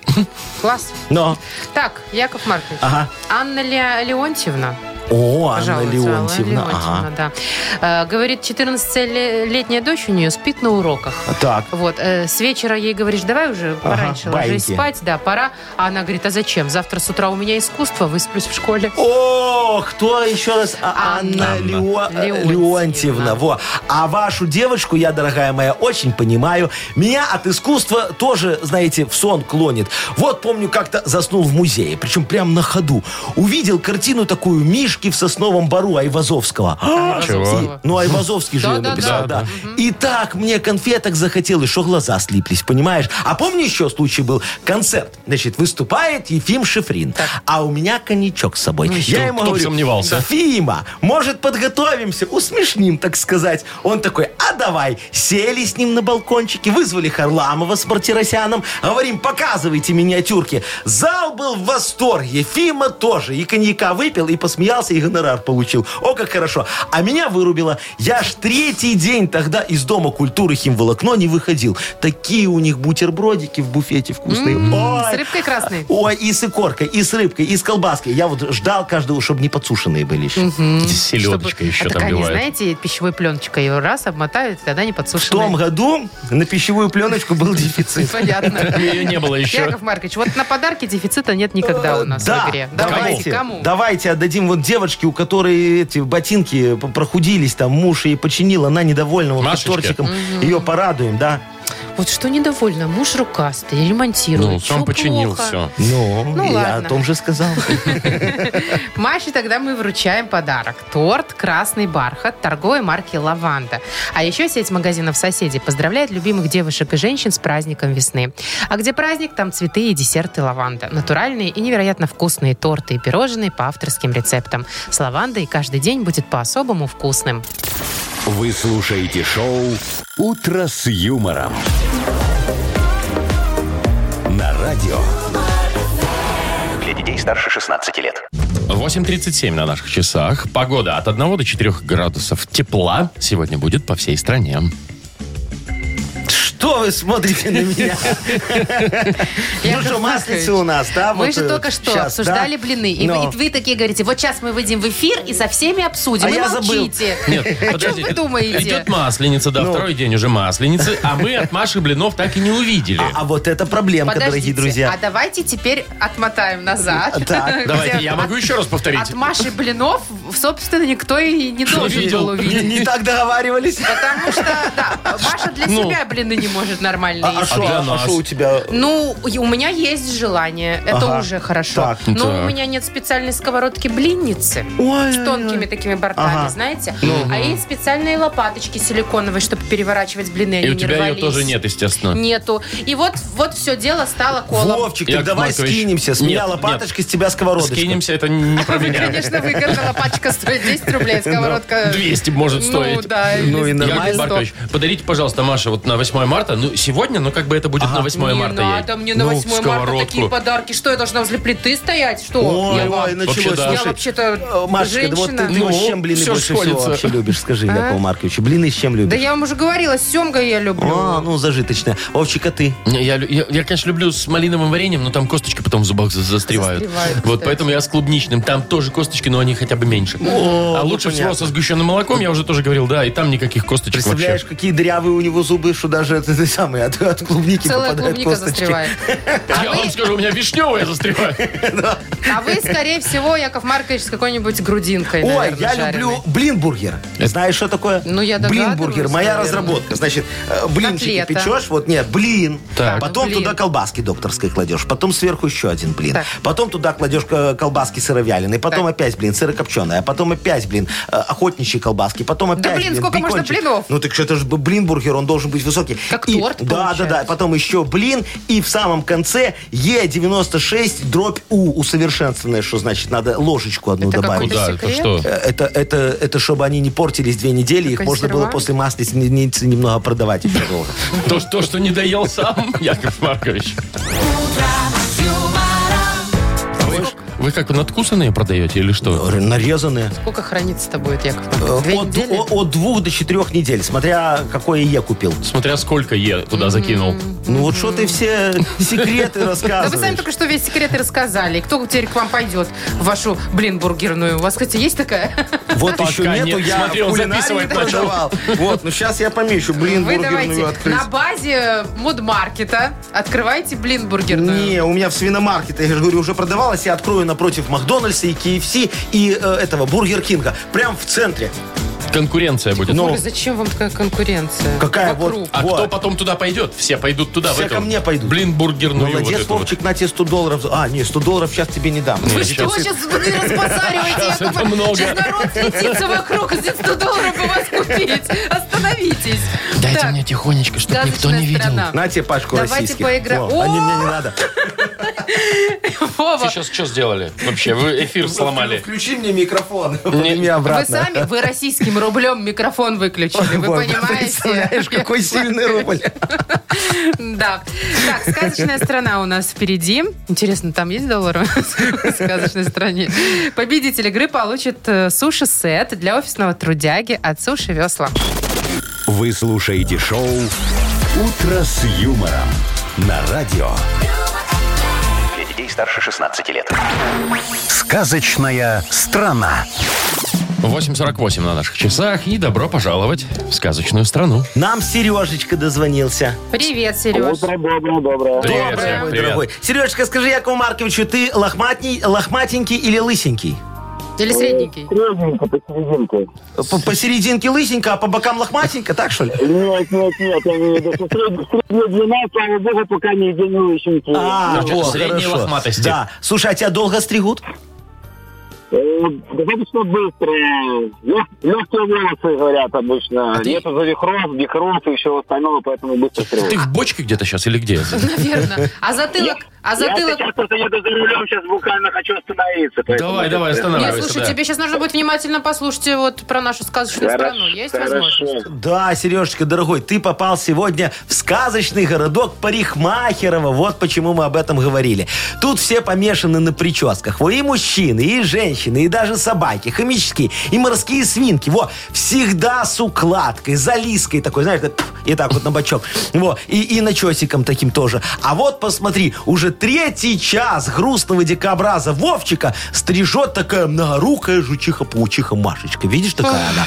S3: Класс.
S4: Но.
S3: Так, Яков Маркович.
S4: Ага.
S3: Анна Ле- Леонтьевна.
S4: О, Анна
S3: жалуется,
S4: Леонтьевна.
S3: Алла
S4: Ага.
S3: Леонтьевна, да. Э, говорит, 14-летняя дочь у нее спит на уроках.
S4: Так.
S3: Вот, э, с вечера ей говоришь, давай уже пораньше ложись
S4: баиньки.
S3: спать, да, пора. А она говорит, а зачем? Завтра с утра у меня искусство, высплюсь в школе.
S4: О, кто еще раз? А-
S3: Анна
S4: Анна, Лео-
S3: Леонтьевна.
S4: Леонтьевна. Во. А вашу девочку, я, дорогая моя, очень понимаю. Меня от искусства тоже, знаете, в сон клонит. Вот помню, как-то заснул в музее, причем прям на ходу. Увидел картину такую «Мишки в сосновом бару» Айвазовского.
S2: Чего?
S4: И- ну,
S2: а
S4: Айвазовский же ее
S3: Да-да-да.
S2: Да,
S4: написал, да. И так мне конфеток захотелось, что глаза слиплись, понимаешь? А помню еще случай был, концерт. Значит, выступает Ефим Шифрин, а у меня коньячок с собой.
S2: кто-
S4: Я ему
S2: Ну, кто бы
S4: говорю,
S2: сомневался?
S4: Фима, может, подготовимся, усмешним, так сказать. Он такой, а давай. Сели с ним на балкончике, вызвали Харламова с Мартиросяном. Говорим, показывайте миниатюрки. Зал был в восторге. Фима тоже. И коньяка выпил, и посмеялся, и гонорар получил. О, как хорошо. А меня вырубило. Я ж третий день тогда из Дома культуры химволокно не выходил. Такие у них бутербродики в буфете вкусные.
S3: М-м, С
S4: Ой,
S3: рыбкой красной.
S4: Ой, и с икоркой, и с рыбкой, и с колбаской. Я вот ждал каждого, чтобы не подсушенные были еще.
S2: Селедочка
S3: Чтобы-
S2: еще
S3: а так
S2: там
S3: они,
S2: бывает.
S3: знаете, пищевой пленочкой ее раз обмотают, тогда не
S4: В том
S3: подсушенная.
S4: году на пищевую пленочку был дефицит.
S3: <laughs> Понятно.
S2: Ее не было еще.
S3: Яков Маркович, вот на подарки дефицита нет никогда у нас
S4: Э, Да,
S3: в игре.
S4: давайте,
S3: Давайте, кому?
S4: давайте отдадим вот девочке, у которой эти ботинки п- прохудились, там муж ей починил, она недовольна, вот
S2: Машечке.
S4: тортиком ее порадуем, да?
S3: Вот что недовольна, муж рукастый, ремонтирует.
S2: Ну, сам
S3: Всё
S2: починил
S3: плохо.
S2: все.
S4: Ну,
S3: Ну,
S4: я
S3: ладно.
S4: о том же сказал.
S3: Маше тогда мы вручаем подарок. Торт «Красный бархат» торговой марки «Лаванда». А еще сеть магазинов «Соседи» поздравляет любимых девушек и женщин с праздником весны. А где праздник, там цветы и десерты «Лаванда». Натуральные и невероятно вкусные торты и пирожные по авторским рецептам. С «Лавандой» каждый день будет по-особому вкусным.
S1: Вы слушаете шоу «Утро с юмором». На радио.
S6: Для детей старше 16 лет.
S2: 8.37 на наших часах. Погода от 1 до 4 градусов тепла сегодня будет по всей стране.
S4: Что вы смотрите на меня? Ну
S3: Яков
S4: что, маслица
S3: Маркович,
S4: у нас, да?
S3: Мы
S4: вот,
S3: же
S4: э,
S3: только что
S4: щас, да?
S3: обсуждали блины. И,
S4: Но.
S3: вы, и вы такие говорите, вот сейчас мы выйдем в эфир и со всеми обсудим.
S4: А
S3: и
S4: я забыл.
S3: молчите. <laughs>
S2: Нет,
S3: А что
S2: подожди,
S3: вы думаете?
S2: Идет масленица, да,
S4: Ну.
S2: второй день уже масленицы, а мы от Маши Блинов так и не увидели.
S4: А а вот это проблемка,
S3: Подождите,
S4: дорогие друзья.
S3: а давайте теперь отмотаем назад. <laughs>
S4: Так.
S2: Давайте,
S3: Где
S2: я могу еще раз повторить.
S3: а, От Маши Блинов, собственно, никто и не должен
S2: видел?
S3: был
S4: Не
S2: <laughs>
S3: увидеть.
S4: не так договаривались?
S3: Потому что, да, Маша для
S2: Ну.
S3: себя блины не может нормально
S4: А
S3: есть.
S2: шо?
S4: что
S2: для нас?
S4: у тебя?
S3: Ну, и у меня есть желание, это
S4: Ага.
S3: уже хорошо.
S4: Так,
S3: Но
S2: так.
S3: у меня нет специальной сковородки блинницы
S4: Ой,
S3: с тонкими такими бортами,
S4: Ага. Ну.
S3: знаете? А есть специальные лопаточки силиконовые, чтобы переворачивать блины, они
S2: И у
S3: не
S2: тебя ее
S3: рвались.
S2: тоже нет, естественно.
S3: Нету. И вот, вот все дело стало колом.
S4: Вовчик,
S2: Яков
S4: так давай
S2: Маркович,
S4: скинемся. С меня
S2: нет,
S4: лопаточка, с тебя сковородочка.
S2: Скинемся, это
S3: <laughs>
S2: не про меня.
S3: Конечно, выгодно. Лопаточка стоит 10 рублей, сковородка...
S2: 200 может
S3: Ну,
S2: стоить.
S3: да.
S4: Ну и
S3: или
S2: Яков
S3: 100.
S4: нормально.
S2: Маркович, подарите, пожалуйста, Маше вот на 8 марта, ну, сегодня, ну, как бы это будет на 8
S3: Не
S2: марта ей.
S3: надо мне на
S2: Ну,
S3: 8 марта такие
S2: сковородку.
S3: подарки. Что, я должна возле плиты стоять? Что?
S4: Ой,
S3: я вам-
S2: вообще
S4: ой, началось.
S2: да.
S3: я
S4: Слушай,
S3: вообще-то
S4: э, Машечка, да
S3: женщина.
S4: вот ты, ты
S2: Ну,
S4: вот с чем блины
S2: всё
S4: больше
S2: сходится.
S4: всего вообще любишь? Скажи,
S3: А?
S4: Якову Марковичу, блины с чем
S3: Да
S4: любишь?
S3: я вам уже говорила, семга я люблю.
S4: А, ну, зажиточная. Вовчик, а ты?
S2: Не, Я, лю- я, я, конечно, люблю с малиновым вареньем, но там косточки потом в зубах за- застревают.
S3: Застревают,
S2: вот,
S3: кстати.
S2: поэтому я с клубничным. Там тоже косточки, но они хотя бы меньше. а
S4: ну,
S2: лучше всего
S4: понятно.
S2: со сгущенным молоком, я уже тоже говорил, да, и там никаких косточек
S4: Представляешь,
S2: вообще.
S4: какие дырявые у него зубы, что даже <laughs> это, это самое, от, от клубники
S3: Целая
S4: попадают
S3: клубника
S4: косточки.
S3: застревает. А
S2: я
S3: вы-
S2: вам скажу, у меня вишневая застревает.
S3: А вы, скорее всего, Яков Маркович, с какой-нибудь грудинкой,
S4: Ой,
S3: наверное,
S4: я
S3: жареной.
S4: люблю блинбургер. Знаешь, что такое?
S3: Ну, я догадываюсь,
S4: Блинбургер. Моя
S3: наверное.
S4: разработка. Значит, э, блинчики
S3: Котлета.
S4: печешь, вот нет, блин.
S2: Так.
S4: Потом
S3: Блин.
S4: туда колбаски докторской кладешь. Потом сверху еще один блин.
S3: Так.
S4: Потом туда кладешь э, колбаски сыровяленые. Потом
S3: Так.
S4: опять блин сырокопченые. А потом опять блин э, охотничьи колбаски. Потом опять
S3: блин, сколько можно
S4: бекончик.
S3: блинов?
S4: Ну, так что это же блинбургер, он должен быть высокий.
S3: как
S4: И-
S3: торт
S4: Да, да, да.
S3: получается.
S4: Потом еще блин. И в самом конце Е96 дробь У. Усовершенствованное, что значит, надо ложечку одну
S3: Это
S4: добавить.
S3: какой-то
S2: Куда? Это
S3: секрет?
S2: что?
S4: Э, Это, это, это чтобы они не портились две недели, их можно было
S3: Консервант?
S4: после масленицы немного продавать еще
S2: <laughs>
S4: долго.
S2: То, что- что не доел сам, <laughs> Яков Маркович. Вы, вы как, надкусанные продаете или что?
S4: Р- Э, Нарезанные.
S3: Сколько хранится-то будет, Яков Маркович?
S4: Э,
S3: Две
S4: От,
S3: недели?
S4: о- от двух до четырех недель, смотря какое Е купил.
S2: Смотря сколько Е туда закинул.
S4: Ну вот что
S3: <laughs>
S4: ты все секреты
S3: Да вы сами
S4: рассказываешь?
S3: только что весь секрет и рассказали. Кто теперь к вам пойдет в вашу, блин, бургерную? У вас, кстати, есть такая?
S4: Вот
S2: Пока
S4: еще нету,
S2: нет.
S4: я
S2: Смотри, он
S4: в кулинарии
S2: записывать начал. <laughs>
S4: продавал. Вот, ну сейчас я помещу, блин,
S3: Вы
S4: бургерную
S3: давайте
S4: открыть.
S3: на базе мудмаркета открывайте, блин, бургерную.
S4: Не, у меня в свиномаркете, я же говорю, уже продавалась. Я открою напротив Макдональдса и KFC и э, этого Бургер Кинга. Прям в центре.
S2: Конкуренция будет.
S4: Ну,
S3: Оля, зачем вам такая конкуренция?
S4: Какая вот-
S3: Вокруг.
S2: а
S4: вот.
S2: кто потом туда пойдет? Все пойдут туда. в
S4: Все
S2: эту
S4: ко мне пойдут.
S2: Блинбургерную. вот
S4: Молодец,
S2: эту вот.
S4: Вовчик, Ну, на тебе 100 долларов. А, не, 100 долларов сейчас тебе не дам.
S3: Вы что,
S2: сейчас-
S3: сейчас вы
S4: <laughs>
S3: распозариваете?
S2: Сейчас
S3: Яков
S2: это много.
S3: Сейчас народ светится вокруг, здесь 100 долларов у вас купить. Остановитесь.
S2: Дайте
S3: Так,
S2: мне тихонечко, чтобы никто
S3: сказочная
S2: не видел.
S3: страна.
S4: На тебе пачку
S3: Давайте
S4: российских.
S3: поигра-
S4: Во, Они
S3: О!
S4: мне не надо.
S3: Вова,
S2: Сейчас что сделали? Вообще, вы эфир <laughs> сломали.
S4: Включи мне микрофон.
S2: Не-
S4: <laughs> Мне
S3: вы
S4: обратно.
S3: сами, вы российским рублем микрофон выключили, вы
S4: <laughs> Вот,
S3: понимаете?
S4: Представляешь, какой
S3: <laughs>
S4: сильный рубль.
S3: Да. Так, сказочная страна у нас впереди. Интересно, там есть доллары в сказочной стране? Победитель игры получит э, суши-сет для офисного трудяги от Суши Весла.
S1: Вы слушаете шоу «Утро с юмором» на радио.
S6: Для детей старше 16 лет.
S1: Сказочная страна.
S2: 8.48 на наших часах. И добро пожаловать в сказочную страну.
S4: Нам Сережечка дозвонился.
S3: Привет, Сереж.
S5: Доброе, доброе, доброе.
S2: Привет,
S4: Добрый,
S2: Серег,
S4: мой
S2: привет.
S4: дорогой. Сережечка, скажи Якову Марковичу, ты лохматней- лохматенький или лысенький?
S3: Или средненький?
S5: Средненько, посерединке.
S4: По- Посерединке лысенько, а по бокам лохматенько, так что ли?
S5: Нет, нет, нет, я имею в виду, что сред- средняя длина, слава богу, пока не единоличники.
S4: А,
S2: Значит,
S4: во,
S2: Ну, средней
S4: хорошо.
S2: лохматости.
S4: Да. Слушай, а тебя долго стригут?
S5: Э, Достаточно быстро. Легкие Э, волосы, говорят, обычно.
S2: А ты-
S5: Нету завихров, бикров и всего остального, поэтому быстро стригут.
S2: Ты в бочке где-то сейчас или где?
S3: Наверное. А затылок? А
S5: Я
S3: затылок?
S5: сейчас просто еду за рулем, сейчас буквально хочу остановиться. поэтому-
S2: Давай, давай,
S3: Нет,
S2: останавливайся.
S3: слушай,
S2: да.
S3: тебе сейчас нужно будет внимательно послушать вот про нашу сказочную страну. Есть возможность?
S4: Да, Сережечка, дорогой, ты попал сегодня в сказочный городок Парикмахерова. Вот почему мы об этом говорили. Тут все помешаны на прическах. Во, и мужчины, и женщины, и даже собаки, хомячки, и морские свинки. Во, всегда с укладкой, залиской такой, знаешь, так, пф, и так вот на бочок. Во, и, и начесиком таким тоже. А вот посмотри, уже третий час грустного дикобраза Вовчика стрижет такая многорукая жучиха-паучиха Машечка. Видишь, такая она?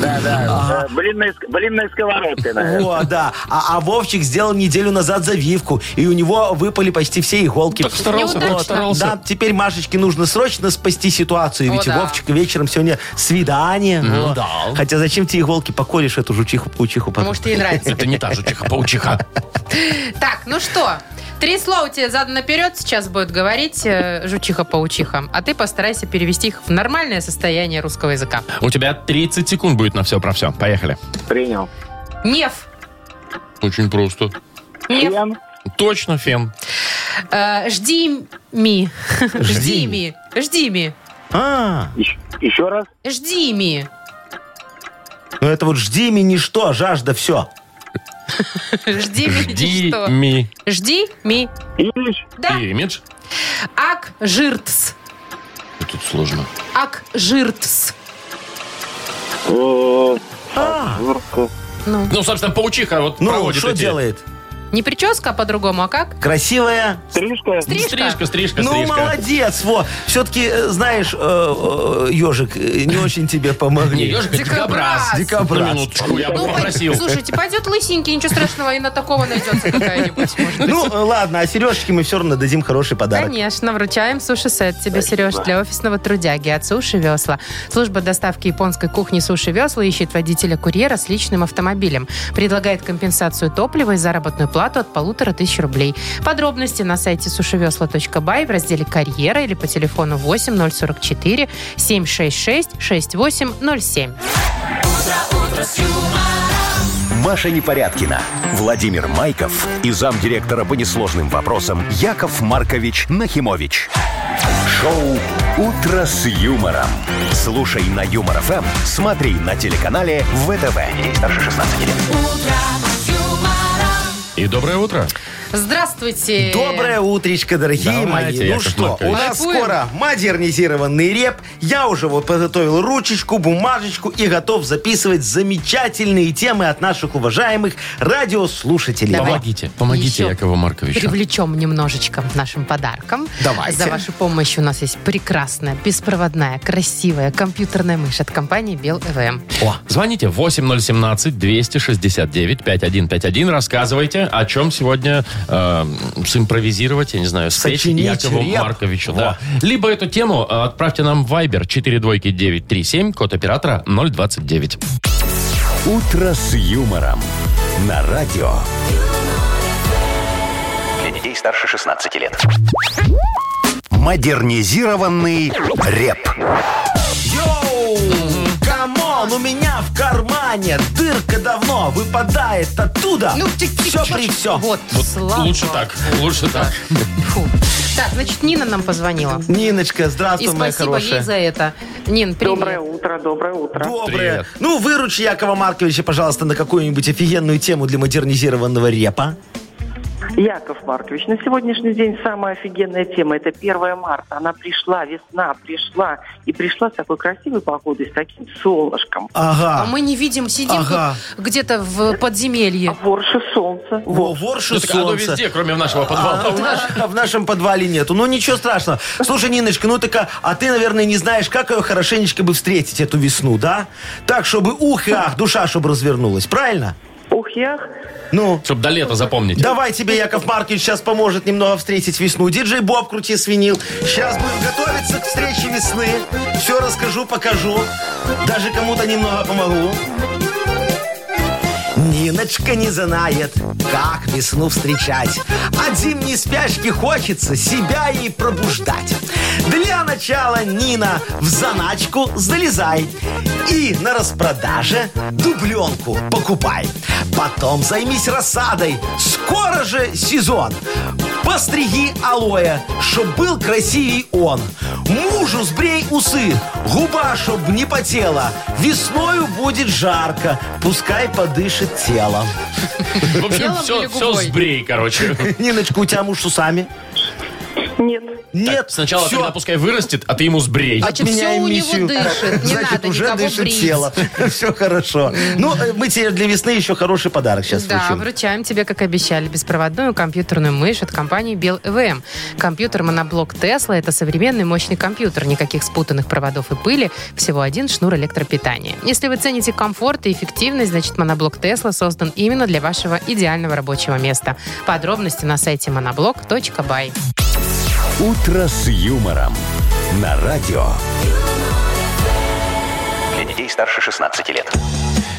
S5: Да, блинной ск- блинной сковородкой, наверное.
S2: <laughs>
S4: О, да. А, а Вовчик сделал неделю назад завивку, и у него выпали почти все иголки.
S2: Так старался,
S3: Неудачно.
S2: так старался.
S4: Да, теперь Машечке нужно срочно спасти ситуацию,
S3: О,
S4: ведь
S3: да.
S4: у Вовчика вечером сегодня свидание.
S2: Ну
S4: Вот.
S2: да.
S4: Хотя зачем тебе иголки покоришь эту жучиху-паучиху? потом?
S3: Может,
S2: <laughs>
S3: ей нравится.
S2: Это не та жучиха-паучиха.
S3: Так, ну что? Три слова тебе задано наперед сейчас будет говорить э, жучиха-паучиха, а ты постарайся перевести их в нормальное состояние русского языка.
S2: У тебя 30 секунд будет на все про все. Поехали.
S5: Принял.
S3: Неф.
S2: Очень просто.
S3: Неф.
S5: Фен,
S2: Точно, фен.
S3: Э, жди ми. Жди ми. Жди ми.
S4: А,
S5: ещ- Еще раз.
S3: Жди ми.
S4: ну это вот жди меня ничто, жажда все.
S3: Жди ми.
S2: Жди
S3: что?
S2: ми.
S3: Жди ми.
S5: Ильич,
S3: Да.
S2: И имидж.
S3: Ак жиртс.
S2: И Тут сложно.
S3: Ак жиртс.
S5: э,
S4: А,
S5: Юрка.
S3: Ну,
S2: Ну, собственно, паучиха вот
S4: ну,
S2: проводит
S4: что
S2: эти-
S4: делает?
S3: не прическа, а по-другому, а как?
S4: Красивая.
S5: Стрижка.
S3: Стрижка.
S2: Стрижка, стрижка,
S4: Ну,
S2: стрижка.
S4: молодец, во. Все-таки, знаешь, э, э, ежик, э, не очень тебе
S2: Не,
S4: помогли.
S2: ежик, это
S3: Дикобраз.
S2: дикобраз.
S4: Дикобраз.
S2: На минуточку, я бы
S3: Ну, пой-
S2: попросил.
S3: Слушайте, пойдет лысенький, ничего страшного, и на такого найдется какая-нибудь, может
S4: <laughs>
S3: быть.
S4: Ну, э, ладно, а Сережечке мы все равно дадим хороший подарок.
S3: Конечно, вручаем суши-сет тебе, Сереж, для офисного трудяги от Суши Весла. Служба доставки японской кухни Суши Весла ищет водителя-курьера с личным автомобилем. Предлагает компенсацию топлива и заработную плату от полутора тысяч рублей. Подробности на сайте сушевесла.бай в разделе «Карьера» или по телефону 8 044 766 6807.
S1: Маша Непорядкина, Владимир Майков и замдиректора по несложным вопросам Яков Маркович Нахимович. Шоу «Утро с юмором». Слушай на Юмор ФМ, смотри на телеканале ВТВ. Ей старше 16 лет.
S2: И доброе утро.
S3: Здравствуйте.
S4: Доброе утречко, дорогие
S2: Давайте,
S4: мои. Ну
S2: Яков
S4: что, у
S2: Маркович.
S4: нас
S3: Кайфуем?
S4: скоро модернизированный реп. Я уже вот подготовил ручечку, бумажечку и готов записывать замечательные темы от наших уважаемых радиослушателей.
S3: Давай.
S2: Помогите, помогите
S3: Еще
S2: Якову Марковичу.
S3: Привлечем немножечко нашим подарком.
S4: Давайте.
S3: За вашу помощь у нас есть прекрасная, беспроводная, красивая компьютерная мышь от компании Бел ЭВМ.
S2: Звоните 8017-269-5151. Рассказывайте, о чем сегодня э, симпровизировать, я не знаю, спеть
S4: Сочинить
S2: Якову
S4: реп.
S2: Марковичу. Да. Либо эту тему э, отправьте нам в Viber 42937, код оператора 029.
S1: «Утро с юмором» на радио.
S6: Для детей старше 16 лет.
S1: Модернизированный реп.
S4: Йоу! Камон, у меня в кармане дырка давно выпадает оттуда.
S3: Ну,
S4: все при все.
S3: Вот, слава
S2: лучше так, лучше так.
S3: Фу. Так, значит, Нина нам позвонила.
S4: Ниночка,
S3: И
S4: здравствуй, моя
S3: спасибо ей
S4: хорошая.
S3: за это. Нин, привет.
S5: Доброе утро, доброе утро.
S4: Доброе.
S2: Привет.
S4: Ну, выручи Якова Марковича, пожалуйста, на какую-нибудь офигенную тему для модернизированного репа.
S5: Яков Маркович, на сегодняшний день самая офигенная тема – это 1 марта. Она пришла, весна пришла. И пришла с такой красивой погодой, с таким солнышком.
S4: Ага.
S3: А мы не видим, сидим
S4: Ага.
S3: тут где-то в подземелье.
S5: Ворше солнца.
S4: Во, ворше
S2: Ну, так оно
S4: солнце.
S2: везде, кроме нашего
S4: А
S2: подвала.
S4: в, наш- а в нашем подвале нету. Ну, ничего страшного. Слушай, Ниночка, ну так, а- а ты, наверное, не знаешь, как ее хорошенечко бы встретить, эту весну, да? Так, чтобы ух и ах, душа, чтобы развернулась. Правильно?
S5: Ух, ях.
S4: Ну,
S2: Чтобы до лета запомнить.
S4: давай тебе, Яков Маркович, сейчас поможет немного встретить весну. Диджей Боб крути свинил. Сейчас будем готовиться к встрече весны. Все расскажу, покажу. Даже кому-то немного помогу. Ниночка не знает, как весну встречать. От зимней спячки хочется себя ей пробуждать. Для начала, Нина, в заначку залезай. И на распродаже дубленку покупай. Потом займись рассадой. Скоро же сезон. Постриги алоэ, чтоб был красивей он. Мужу сбрей усы, губа, чтоб не потела. Весною будет жарко, пускай подышит тело. <laughs>
S2: В общем,
S3: Делом или
S2: все, все
S3: губой?
S2: сбрей, короче.
S4: Ниночка, у тебя муж с усами?
S5: Нет.
S4: Нет,
S2: Сначала
S4: все,
S2: тогда пускай вырастет, а ты ему сбрей.
S3: Значит, всё
S4: отменяем
S3: у него
S4: миссию.
S3: дышит, не
S4: Значит,
S3: надо
S4: уже
S3: никого
S4: дышит
S3: брить.
S4: тело. <laughs> Все хорошо. Ну, э, мы тебе для весны еще хороший подарок сейчас
S3: Да,
S4: вручим.
S3: вручаем тебе, как обещали, беспроводную компьютерную мышь от компании Bell EVM. Компьютер моноблок Tesla – это современный мощный компьютер. Никаких спутанных проводов и пыли, всего один шнур электропитания. Если вы цените комфорт и эффективность, значит моноблок Tesla создан именно для вашего идеального рабочего места. Подробности на сайте monoblock.by.
S1: «Утро с юмором» на радио.
S6: Для детей старше 16 лет.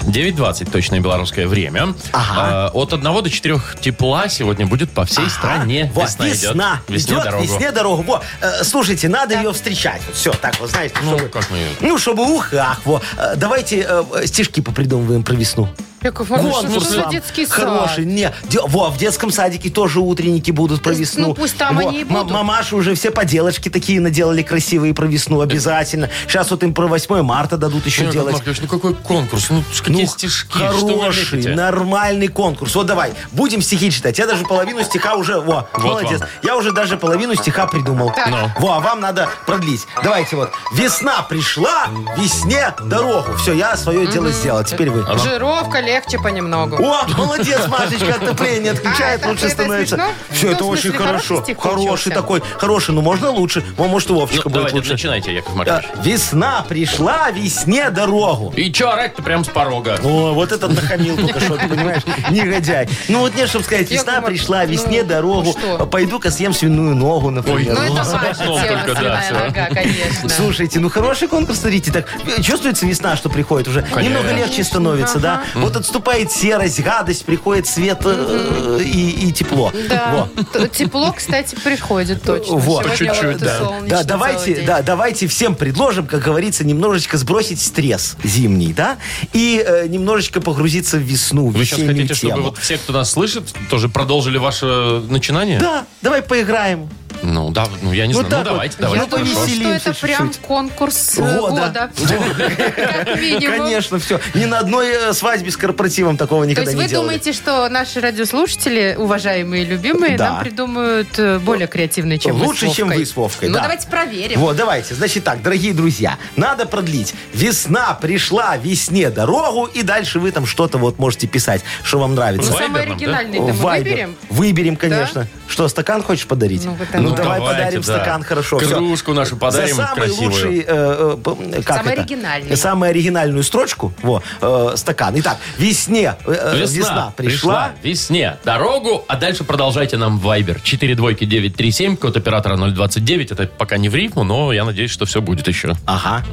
S2: 9.20 точное белорусское время.
S4: Ага.
S2: А, от 1 до 4 тепла сегодня будет по всей стране.
S4: Вот,
S2: весна, идет. Весне
S4: идет
S2: дорогу.
S4: весне дорогу. Во, э, слушайте, надо ее встречать. Все, так вот, знаете,
S2: Ну,
S4: чтобы-
S2: как мы её-
S4: Ну, чтобы ух, и ах, во. Э, Давайте э, э, стишки попридумываем про весну.
S3: Яков
S4: Конкурс вам хороший. Не, де- во, в детском садике тоже утренники будут про
S3: Ну,
S4: весну.
S3: пусть там
S4: Во,
S3: они и
S4: ма-
S3: будут.
S4: Мамаши уже все поделочки такие наделали красивые про весну обязательно. Сейчас вот им про 8 марта дадут еще
S2: Ну, Яков
S4: делать.
S2: Маркович, ну какой конкурс? Ну какие
S4: Ну,
S2: стишки? Что вы
S4: Хороший,
S2: лепите?
S4: нормальный конкурс. Вот давай, будем стихи читать. Я даже половину стиха уже... Во,
S2: Вот
S4: молодец.
S2: вам.
S4: Я уже даже половину стиха придумал.
S2: Ну.
S4: Во, а вам надо продлить. Давайте вот. Весна пришла, весне дорогу. Все, я свое дело сделал. Теперь вы.
S3: А Жировка легче понемногу.
S4: О, молодец, Машечка, отопление отключает,
S3: А, это-
S4: лучше
S3: это
S4: становится.
S3: смешно?
S4: Все,
S3: Ну,
S4: это
S3: в смысле,
S4: очень хорошо.
S3: хороший стих получился?
S4: Хороший такой, хороший, ну можно лучше. Во, Может, и
S2: Ну,
S4: Вовчика будет
S2: давайте,
S4: лучше.
S2: начинайте, Яков
S4: Да,
S2: Маркович.
S4: Весна пришла, весне дорогу.
S2: И чё, орать-то прям с порога?
S4: О, вот этот нахамил только что, ты понимаешь? Негодяй. Ну вот мне, чтобы сказать,
S3: Яков
S4: весна
S3: Маркович,
S4: пришла, весне
S3: ну,
S4: дорогу,
S3: что?
S4: пойду-ка съем свиную ногу, например.
S3: Ну, это
S2: Ну, за
S3: ваша
S2: окном
S3: тема,
S2: только, да,
S3: свиная
S2: всё.
S3: нога, конечно.
S4: ну Слушайте, ну хороший конкурс, смотрите, так э, чувствуется весна, что приходит уже. Немного легче становится, да? Вот вот отступает серость, гадость, приходит свет э, и, и тепло.
S3: Да.
S4: Во.
S3: Т- Тепло, кстати, приходит точно.
S4: Во.
S3: Сегодня
S2: По чуть-чуть,
S3: вот и
S2: да.
S3: солнечно
S4: Да,
S3: целый
S4: давайте,
S3: день.
S4: да, давайте всем предложим, как говорится, немножечко сбросить стресс зимний, да, и э, немножечко погрузиться в весну, в
S2: Вы сейчас
S4: весеннюю
S2: хотите, чтобы
S4: тему.
S2: вот все, кто нас слышит, тоже продолжили ваше начинание?
S4: Да, давай поиграем.
S2: Ну, да, ну я не
S4: Вот
S2: знаю. Ну,
S4: так вот.
S2: давайте,
S4: Я
S2: давайте.
S3: Я думаю,
S2: хорошо.
S3: что
S4: Повеселимся
S3: это прям
S4: чуть-чуть.
S3: конкурс э, года.
S4: <laughs> Года.
S3: Как минимум.
S4: Конечно, все. Ни на одной э, свадьбе с корпоративом такого
S3: То
S4: никогда
S3: есть
S4: не
S3: вы
S4: делали.
S3: думаете, что наши радиослушатели, уважаемые и любимые,
S4: Да.
S3: нам придумают э, более креативные, чем мы с
S4: Лучше, чем
S3: Вовкой?
S4: вы с Вовкой,
S3: Ну,
S4: да.
S3: давайте проверим.
S4: Вот, давайте. Значит так, дорогие друзья, надо продлить. Весна пришла весне дорогу, и дальше вы там что-то вот можете писать, что вам
S3: Ну,
S4: нравится.
S2: Вайбер
S3: самый
S2: нам, да?
S3: оригинальный мы
S4: Вайбер.
S3: Ну, выберем.
S4: Выберем, конечно. Что, стакан хочешь подарить?
S3: Ну,
S4: Ну,
S3: вот это да.
S4: давай
S2: Давайте,
S4: подарим
S2: да.
S4: стакан, хорошо. всё.
S2: Кружку нашу подарим
S4: За самый
S2: красивую.
S4: лучший... э, э, п- как
S3: Самый
S4: это?
S3: оригинальный.
S4: Самую оригинальную строчку. Во, э, стакан. Итак, весне... э, э,
S2: Весна,
S4: пришла.
S2: Весне. Дорогу, а дальше продолжайте нам Вайбер. 4 двойки 937, код оператора 029. Это пока не в рифму, но я надеюсь, что все будет еще.
S4: Ага.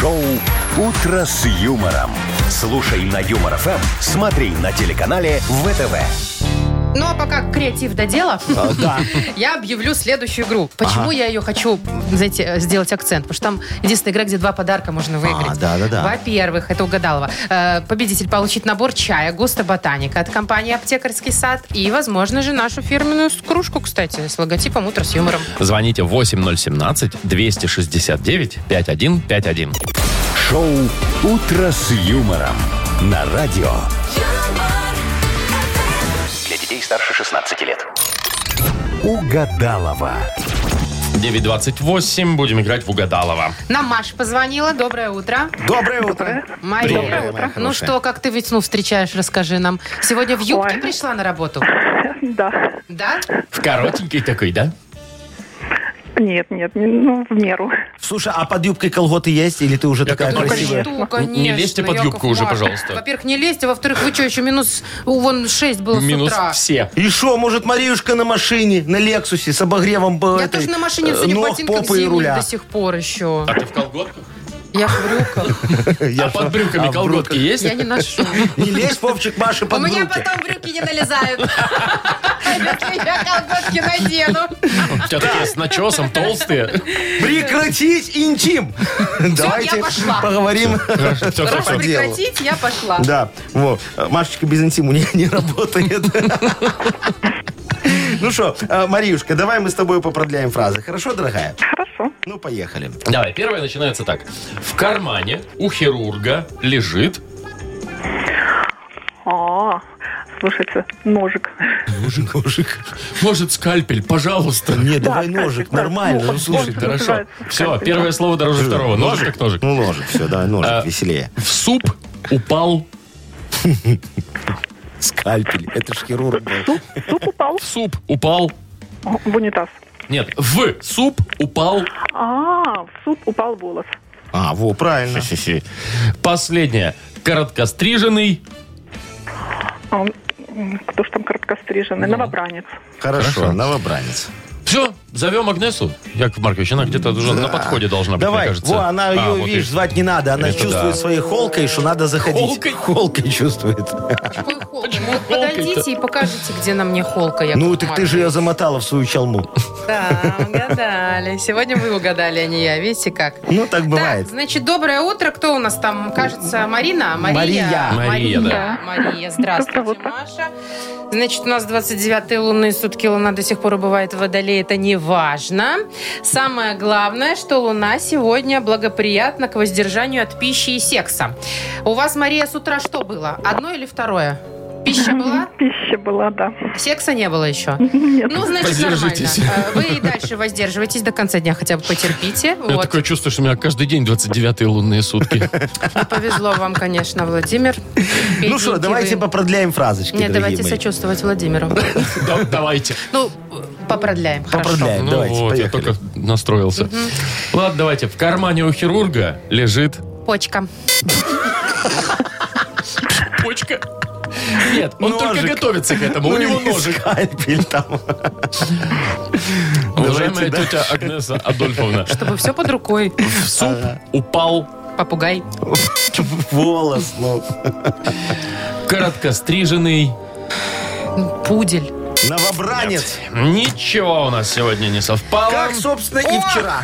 S1: Шоу «Утро с юмором». Слушай на Юмор ФМ, смотри на телеканале ВТВ.
S3: Ну, а пока креатив до дела,
S4: Э, Да.
S3: <laughs> я объявлю следующую игру. Почему я ее хочу, знаете, э, сделать акцент? Потому что там единственная игра, где два подарка можно выиграть.
S4: да-да-да.
S3: Во-первых, это угадалово. Э, Победитель получит набор чая «Густо Ботаника» от компании «Аптекарский сад» и, возможно же, нашу фирменную кружку, кстати, с логотипом «Утро с юмором».
S2: Звоните 8017-269-5151.
S1: Шоу «Утро с юмором» на радио.
S8: юмор,
S6: Для детей старше 16 лет.
S1: Угадалова.
S2: 928. Будем играть в Угадалова.
S3: Нам Маша позвонила. Доброе утро.
S4: Доброе утро.
S3: Мария.
S4: Доброе Доброе утро. утро.
S3: Ну что, как ты весну встречаешь, расскажи нам. Сегодня в юбке
S5: Ой.
S3: пришла на работу?
S5: <laughs> Да.
S3: Да?
S2: В коротенький такой, да?
S5: Нет, нет, не- ну, в меру.
S4: Слушай, а под юбкой колготы есть? Или ты уже такая
S2: Яков
S3: Ну,
S4: красивая?
S3: конечно,
S2: Не лезьте под
S3: Яков
S2: юбку уже,
S3: Маркович.
S2: пожалуйста.
S3: Во-первых, не лезьте, во-вторых, вы что, еще минус, у, вон, 6 было
S2: Минус
S3: Ну, с утра.
S2: все.
S4: И что, может, Мариюшка на машине, на Лексусе, с обогревом бы
S3: Я
S4: этой,
S3: тоже на машине,
S4: э,
S3: судя по
S4: ног,
S3: ботинкам,
S4: попы и
S3: зимних
S4: руля.
S3: до сих пор еще.
S2: А ты в колготках?
S3: Я в брюках,
S4: Я
S2: а
S4: шо?
S2: под брюками
S4: А в
S2: колготки
S4: брюках?
S2: есть?
S3: я не ношу.
S4: Не лезь, Вовчик, Маши,
S3: У
S4: <laughs> под
S3: меня
S4: брюки.
S3: потом брюки не налезают. Если я колготки надену.
S2: У тебя такие с начесом, толстые.
S3: <laughs>
S4: Прекратить интим! <laughs> Давайте
S3: я пошла.
S4: поговорим.
S2: Все, все,
S3: Раз
S2: все.
S3: прекратить, я пошла.
S4: <laughs> Да, вот. Машечка без интима не, <laughs> не работает. Ну что, Мариюшка, давай мы с тобой попродляем фразы. Хорошо, дорогая?
S5: Хорошо.
S4: Ну, поехали. <laughs>
S2: Давай, первое начинается так. В кармане у хирурга лежит...
S5: А, слушайте, ножик.
S4: Ножик, ножик.
S2: Может, скальпель, пожалуйста.
S4: Не, давай ножик,
S5: да.
S4: нормально. Ну, слушай,
S5: он-
S2: Хорошо.
S5: называется
S2: Все,
S5: скальпель,
S2: первое слово дороже второго. Ножик как ножик.
S4: Ну, ножик, все, да,
S2: А.
S4: ножик, веселее.
S2: В суп упал...
S4: Скальпель, это ж хирург был.
S5: <laughs> Суп упал
S2: В суп упал...
S5: в унитаз.
S2: Нет, в суп упал...
S5: А, в суп упал волос.
S4: А, во, правильно.
S2: Хе-хе. Последнее. Короткостриженный...
S5: А, м, кто ж там короткостриженный? Новобранец.
S4: Хорошо, новобранец.
S2: Все, зовем Агнесу. Яков Маркович, она где-то уже на подходе должна быть, мне
S4: Давай,
S2: кажется.
S4: во, она
S2: А,
S4: ее,
S2: вот
S4: видишь,
S2: и-
S4: звать не надо. Она
S2: Это
S4: чувствует
S2: да.
S4: своей холкой, что надо заходить.
S2: Холкой?
S4: Холкой чувствует.
S2: <laughs>
S4: <laughs>
S3: Какой холк?
S2: Почему
S3: Вот Подойдите и покажите, где на мне холка. Яков
S4: Ну, так ты же ее замотала в свою чалму.
S3: Да, угадали. Сегодня вы угадали, а не я. Видите как?
S4: Ну, так бывает.
S3: Так, значит, доброе утро. Кто у нас там? Кажется, Марина? Мария.
S4: Мария.
S2: Мария, да.
S3: Мария,
S5: Как
S3: здравствуйте,
S5: зовут вас?
S3: Маша. Значит, у нас 29-е лунные сутки. Луна до сих пор бывает в Водолее. Это не важно. Самое главное, что Луна сегодня благоприятна к воздержанию от пищи и секса. У вас, Мария, с утра что было? Одно или второе? Пища была?
S5: Пища была, да. <laughs>
S3: Секса не было еще?
S5: Нет.
S3: Ну, значит, нормально.
S2: Воздержитесь.
S3: Э, Вы и дальше воздерживаетесь до конца дня, хотя бы потерпите.
S2: Я
S3: Вот.
S2: такое чувство, что у меня каждый день 29-е лунные
S4: <laughs>
S2: сутки.
S3: Ну, Повезло вам, конечно, Владимир.
S4: Ну
S3: Бедненький
S4: что, давайте
S3: вы.
S4: попродляем фразочки,
S3: Нет,
S4: дорогие
S3: давайте
S4: мои.
S3: сочувствовать
S4: <laughs>
S3: Владимиру.
S2: Да, Давайте.
S3: Ну, попродляем, хорошо.
S4: Попродляем,
S2: Ну
S4: Э, давайте,
S2: вот, я
S4: поехали.
S2: только настроился. Ладно, давайте. В кармане у хирурга лежит
S3: Почка.
S2: почка. Нет, он
S4: Ножик.
S2: только готовится к этому. У
S4: Ну,
S2: него
S4: или
S2: ножик.
S4: скальпель там. <laughs>
S2: Уважаемая
S4: Давайте
S2: тетя Агнеса Адольфовна,
S3: Чтобы все под рукой.
S2: в суп упал...
S3: попугай.
S4: Волос, ну.
S2: Короткостриженный.
S3: Пудель.
S4: Новобранец.
S2: Ничего у нас сегодня не совпало.
S4: Как, собственно, и вчера.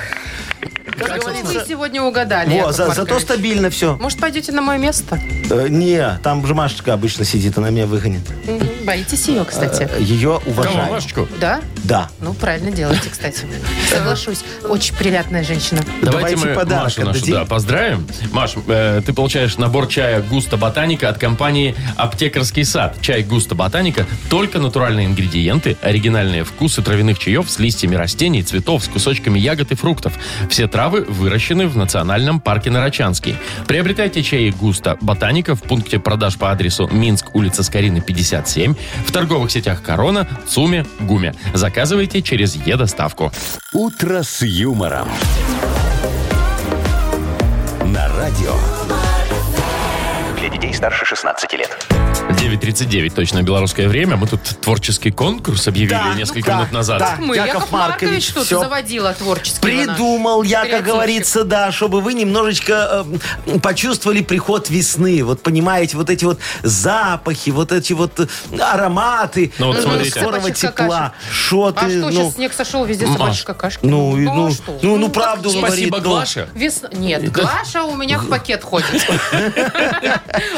S3: Как вы сегодня угадали,
S4: Во,
S3: Яков
S4: за- зато
S3: Маркович?
S4: стабильно все.
S3: Может, пойдете на мое место?
S4: Э, не, там же Машечка обычно сидит, она меня выгонит.
S3: Мгм. Боитесь ее, кстати.
S4: Ее
S2: Кого,
S4: уважаю.
S2: Машечку?
S3: Да?
S4: Да.
S3: Ну, правильно делаете, кстати. Соглашусь. Очень приятная женщина.
S2: Давайте,
S4: Давайте
S2: мы
S4: подарок
S2: Машу нашу,
S4: отдадим.
S2: да, поздравим. Маш, э, ты получаешь набор чая «Густо Ботаника» от компании «Аптекарский сад». Чай «Густо Ботаника» – только натуральные ингредиенты, оригинальные вкусы травяных чаев с листьями растений, цветов, с кусочками ягод и фруктов. Все травы выращены в Национальном парке Нарочанский. Приобретайте чай «Густо Ботаника» в пункте продаж по адресу Минск, улица Скорины, 57, в торговых сетях «Корона», «Цуме», «Гуме». Заказывайте через «Е-доставку».
S1: «Утро с юмором». На радио.
S6: Для детей старше 16 лет.
S2: 9.39, точно белорусское время. Мы тут творческий конкурс объявили
S4: Да,
S2: несколько
S4: да,
S2: минут назад.
S4: да.
S3: Мы, Яков,
S4: Яков
S3: Маркович,
S4: Маркович,
S3: что-то
S4: всё.
S3: заводила творческий.
S4: Придумал я, как
S3: Креативчик.
S4: говорится, да, чтобы вы немножечко э, м, почувствовали приход весны. Вот понимаете, вот эти вот запахи, вот эти вот э, ароматы
S2: Ну вот
S4: э,
S2: смотрите.
S4: скорого
S3: Собачьих
S4: тепла.
S3: какашек.
S4: Что
S3: А
S4: ты,
S3: что,
S4: ну,
S3: сейчас снег сошел, везде
S2: Маш,
S3: собачьи какашки?
S4: ну, и
S3: а
S4: ну,
S3: что?
S4: ну, ну,
S3: как
S4: правду
S3: есть.
S4: говорит.
S2: Спасибо,
S4: ну.
S2: Глаша.
S3: Весна- Нет, Глаша у меня в пакет ходит.
S2: <laughs>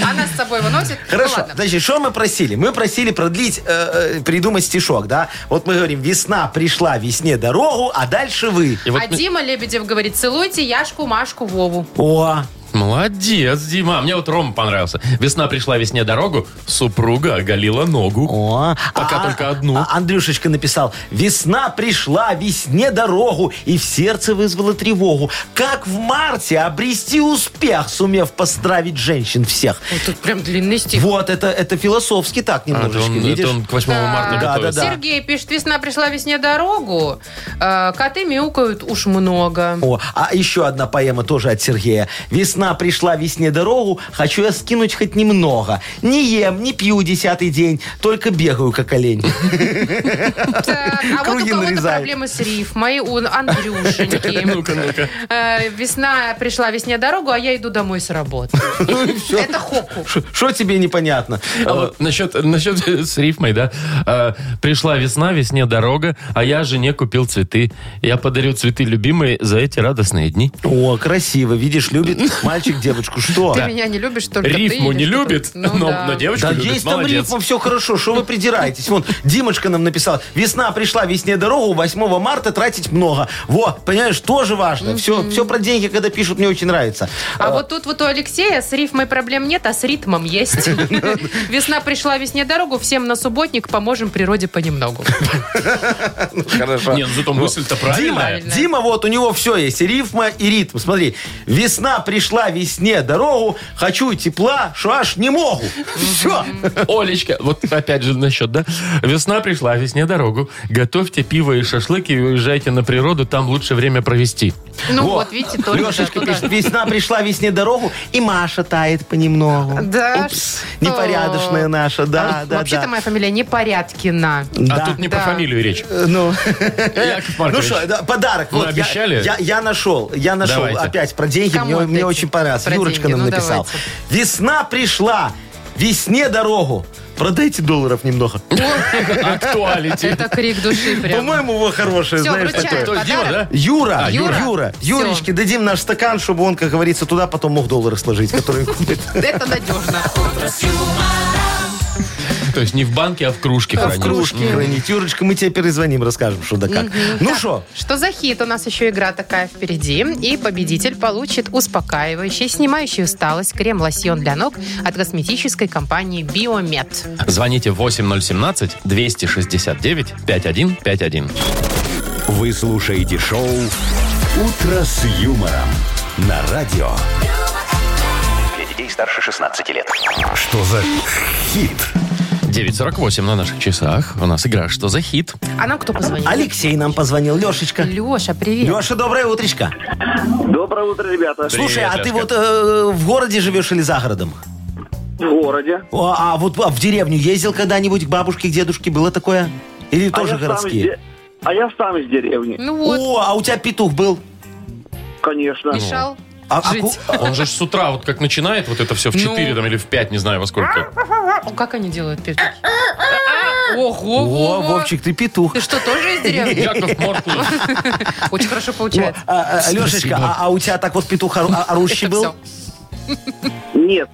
S3: Она с собой выносит. Ну,
S4: Хорошо,
S3: ладно.
S4: значит, что мы просили? Мы просили продлить, э, э, придумать стишок, да? Вот мы говорим, весна пришла, весне дорогу, а дальше вы.
S2: И вот
S3: А
S2: мы-
S3: Дима Лебедев говорит, целуйте Яшку, Машку, Вову.
S4: О,
S2: Молодец, Дима. Мне вот Рома понравился. Весна пришла весне дорогу, супруга оголила ногу.
S4: о.
S2: Пока только одну.
S4: а Андрюшечка написал, весна пришла, весне дорогу, и в сердце вызвала тревогу. Как в марте обрести успех, сумев поздравить женщин всех?
S3: Вот тут прям длинный стих.
S4: Вот, это, это философски так
S2: А, это
S4: немножечко,
S2: он, это
S4: видишь?
S2: он к 8 марта
S4: Да,
S2: готовится.
S4: да.
S3: Сергей пишет, весна пришла весне дорогу, э, коты мяукают уж много.
S4: О, а еще одна поэма тоже от Сергея. «Весна пришла весне дорогу, хочу я скинуть хоть немного. Не ем, не пью десятый день, только бегаю, как олень». <laughs>
S3: Так, а вот у
S4: Круги
S3: кого-то
S4: нарезает.
S3: проблемы с рифмой, у Андрюшеньки.
S2: <laughs> Ну-ка, ну-ка.
S3: Э, Весна пришла весне дорогу, а я иду домой с работы.
S2: <laughs> Ну
S3: Это хоку.
S4: Что тебе непонятно?
S2: А вот насчет, насчет э, с рифмой, да. А, пришла весна, весне дорога, а я жене купил цветы. Я подарю цветы любимой за эти радостные дни.
S4: О, красиво, видишь, любит мальчик девочку. Что?
S3: Ты меня не любишь, только ты
S2: Рифму
S3: или
S2: не
S3: что-то.
S2: любит,
S3: Ну
S2: но,
S3: да.
S2: но девочку
S4: Да
S2: любит.
S4: есть там
S2: Молодец.
S4: рифма, все хорошо, что вы придираетесь? Вон, Димочка нам написал, весна пришла, весне дорогу, 8 марта тратить много. Вот, понимаешь, тоже важно. Все, все про деньги, когда пишут, мне очень нравится.
S3: А вот тут вот у Алексея с рифмой проблем нет, а с ритмом
S4: <laughs>
S3: есть. Весна пришла весне дорогу, всем на субботник поможем природе понемногу.
S4: Хорошо.
S2: Нет, ну зато мысль-то
S4: Дима,
S2: правильная.
S3: Правильно.
S4: Дима, вот у него все есть, и рифма, и ритм. Смотри, весна пришла весне дорогу, хочу тепла, что аж не могу. Все.
S2: Олечка, вот опять же насчет, да? Весна пришла, а весне дорогу. Готовьте пиво и шашлыки и уезжайте на природу, там лучше время провести.
S3: Ну вот, видите, тоже
S4: Лешечка
S3: да, туда.
S4: пишет, весна пришла весне дорогу, и Маша тает понемногу.
S3: Да
S4: Упс,
S3: что?
S4: непорядочная наша, да,
S3: А,
S4: да,
S3: Вообще-то
S4: да.
S3: моя фамилия Непорядкина.
S2: А
S4: Да.
S2: тут не
S3: Да.
S2: про фамилию речь.
S4: Э, Ну,
S2: Яков
S4: ну
S2: Маркович.
S4: что, да, подарок.
S2: Мы
S4: Вот я-
S2: обещали?
S4: Я, я нашел, я нашел
S2: Давайте.
S4: опять про деньги.
S3: Кому
S4: Мне, мне
S3: опять?
S4: очень понравился.
S3: Про
S4: Юрочка
S3: деньги,
S4: нам
S3: ну,
S4: написал.
S3: давайте.
S4: Весна пришла, весне дорогу. Продайте долларов немного.
S2: Актуалити.
S3: Это крик души прям.
S4: По-моему, его хорошее,
S3: Всё,
S4: знаешь,
S3: вручаем.
S4: такое.
S2: Кто,
S3: Подарок?
S2: Дима, да?
S4: Юра,
S2: А,
S3: Юра.
S4: Юра,
S3: Всё.
S4: Юрочке дадим наш стакан, чтобы он, как говорится, туда потом мог доллары сложить,
S2: <laughs>
S4: которые купит.
S3: Это надежно.
S2: То есть не в банке, а в кружке
S4: В
S2: хранить.
S4: кружке хранить. Юрочка, мы тебе перезвоним, расскажем, что да как. Ну что,
S3: Что за хит? У нас еще игра такая впереди. И победитель получит успокаивающий, снимающий усталость крем-лосьон для ног от косметической компании Биомед.
S2: Звоните 8017-269-5151.
S1: Вы слушаете шоу «Утро с юмором» на радио.
S6: Для детей старше 16 лет.
S1: Что за хит?
S2: 9.48 на наших часах. У нас игра «Что за хит?»
S3: А нам кто позвонил?
S4: Алексей нам позвонил, Лешечка.
S3: Леша, привет.
S4: Леша, доброе утречко.
S7: Доброе утро, ребята.
S4: Слушай, а ты
S2: Лешка.
S4: вот э, в городе живешь или за городом?
S7: В городе.
S4: О, а вот а в деревню ездил когда-нибудь к бабушке, к дедушке? Было такое? Или тоже
S7: А я сам из
S4: городские?
S7: де- А я сам из деревни,
S3: Ну вот,
S4: О, а у тебя петух был?
S7: конечно.
S3: мешал.
S4: А- а
S3: жить.
S4: ку-
S2: Он же ж с утра вот как начинает вот это все в 4
S3: Ну.
S2: там, или в 5, не знаю во сколько.
S3: О, как они делают петухи? А, Ого,
S4: О,
S3: Вова.
S4: Вовчик, ты петух.
S3: Ты что, тоже
S2: <laughs>
S3: из деревни?
S2: Яков Моркус.
S3: Очень хорошо
S4: О,
S3: получается.
S4: а, а, Лешечка, а, а у тебя так вот петух ору- а- орущий
S3: Это
S4: был?
S3: все.
S7: Нет,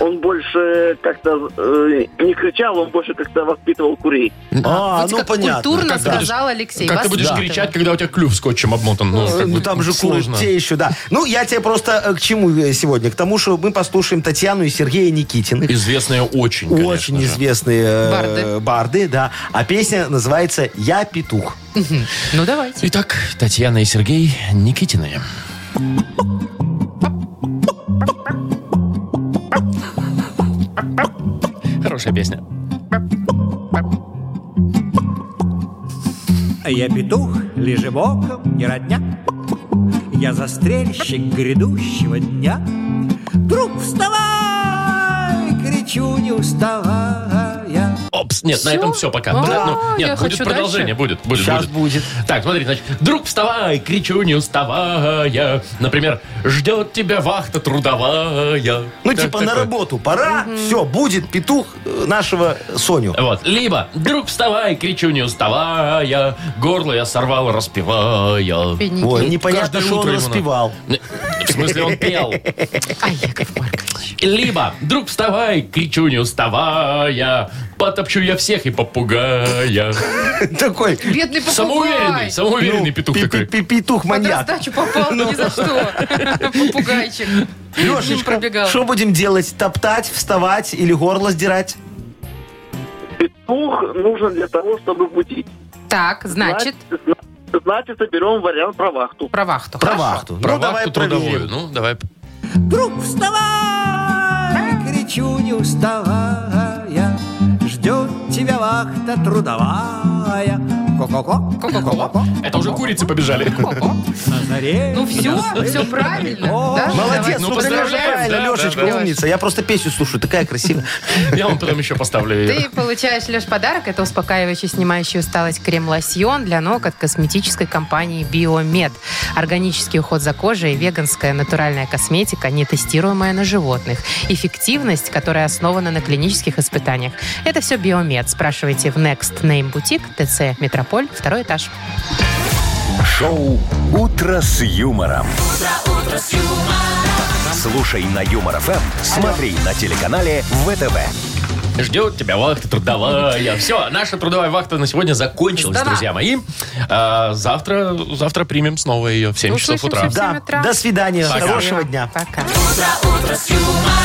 S7: он больше как-то э, не кричал, он больше как-то воспитывал курей.
S4: А,
S3: Видите,
S4: ну
S3: как
S4: понятно.
S3: Культурно
S2: Как ты будешь-
S3: сказал Алексей.
S2: Как ты будешь
S3: воспитывает.
S2: кричать, когда у тебя клюв скотчем обмотан? Ну, как
S4: Ну,
S2: бы
S4: там же
S2: сложно.
S4: курят те еще, да. Ну, я тебе просто э, к чему э, сегодня? К тому, что мы послушаем Татьяну и Сергея Никитиных.
S2: Известная очень, конечно
S4: Очень
S2: же.
S4: известные э,
S3: Барды.
S4: барды, да. А песня называется «Я петух».
S3: Ну, давайте.
S2: Итак, Татьяна и Сергей Никитины. Хорошая песня.
S9: Я петух, лежи боком, не родня. Я застрельщик грядущего дня. Друг, вставай! Кричу, не уставая.
S2: Опс, нет, на
S3: Всё?
S2: этом все пока.
S3: А,
S2: Да, ну,
S3: я
S2: нет, будет
S3: хочу
S2: продолжение,
S3: дальше.
S2: будет, будет,
S4: Сейчас будет.
S2: Так, смотри, значит, друг, вставай, кричу, не уставая. Например, ждет тебя вахта трудовая.
S4: Ну,
S2: Так,
S4: типа
S2: такое.
S4: на работу пора, все, будет петух э, нашего Соню.
S2: Вот. Либо «Друг, вставай!» Кричу, не уставая. Горло я сорвал, распевая.
S3: Бедненький.
S4: Ой, непонятно,
S2: Каждое
S4: что он
S2: утро ему надо.
S4: распевал.
S2: В смысле, он пел.
S3: Ай, Яков Маркович.
S2: Либо «Друг, вставай!» Кричу, не уставая. Потопчу я всех и попугая.
S4: <laughs> Такой
S3: Бедный попугай.
S2: Самоуверенный, самоуверенный
S4: ну,
S2: петух
S4: пи-
S2: такой.
S4: пи- пи-
S3: Под
S4: Петух-маньяк.
S3: раздачу попал,
S2: Ну.
S3: ни
S2: <laughs>
S3: за что. Попугайчик. Мимо
S4: Лешечка,
S3: пробегал.
S4: что будем делать? Топтать, вставать или горло сдирать?
S7: Петух нужен для того, чтобы будить.
S3: Так, значит,
S7: Зна- Значит, соберем вариант про вахту.
S3: про вахту.
S4: Про
S3: Хорошо.
S4: вахту.
S2: Про
S4: ну, давай
S2: вахту трудовую.
S4: проверим.
S2: Ну, давай.
S9: Друг, вставай! Кричу, не уставая. Ждет тебя вахта трудовая. Ко-ко-ко, ко-ко-ко.
S2: Это уже курицы побежали.
S3: Ого.
S9: На заре
S3: Ну все,
S9: на
S3: все правильно.
S9: О,
S3: да? Давай,
S4: Молодец,
S2: ну,
S4: ну поздравляю,
S2: поздравляем,
S4: правильно,
S2: да,
S4: Лешечка,
S2: да, да.
S4: умница. Я просто песню слушаю, такая красивая.
S2: Я вам потом еще поставлю ее.
S3: Ты получаешь, Леш, подарок. Это успокаивающий, снимающий усталость крем-лосьон для ног от косметической компании «Биомед». Органический уход за кожей, веганская натуральная косметика, не тестируемая на животных. Эффективность, которая основана на клинических испытаниях. Это все «Биомед». Спрашивайте в Next Name Boutique, ТЦ «Метрополь», второй этаж.
S1: Шоу «Утро с юмором». Слушай на Юмор ФМ, смотри на телеканале ВТВ.
S2: Ждет тебя вахта трудовая. Все, наша трудовая вахта на сегодня закончилась,
S3: Сдана.
S2: друзья мои. А, Завтра, завтра примем снова ее в 7 часов
S3: Услышимся
S2: утра.
S3: в
S4: Да,
S3: утра.
S4: до свидания,
S2: Пока.
S4: хорошего дня.
S3: Пока.
S8: утро с юмором.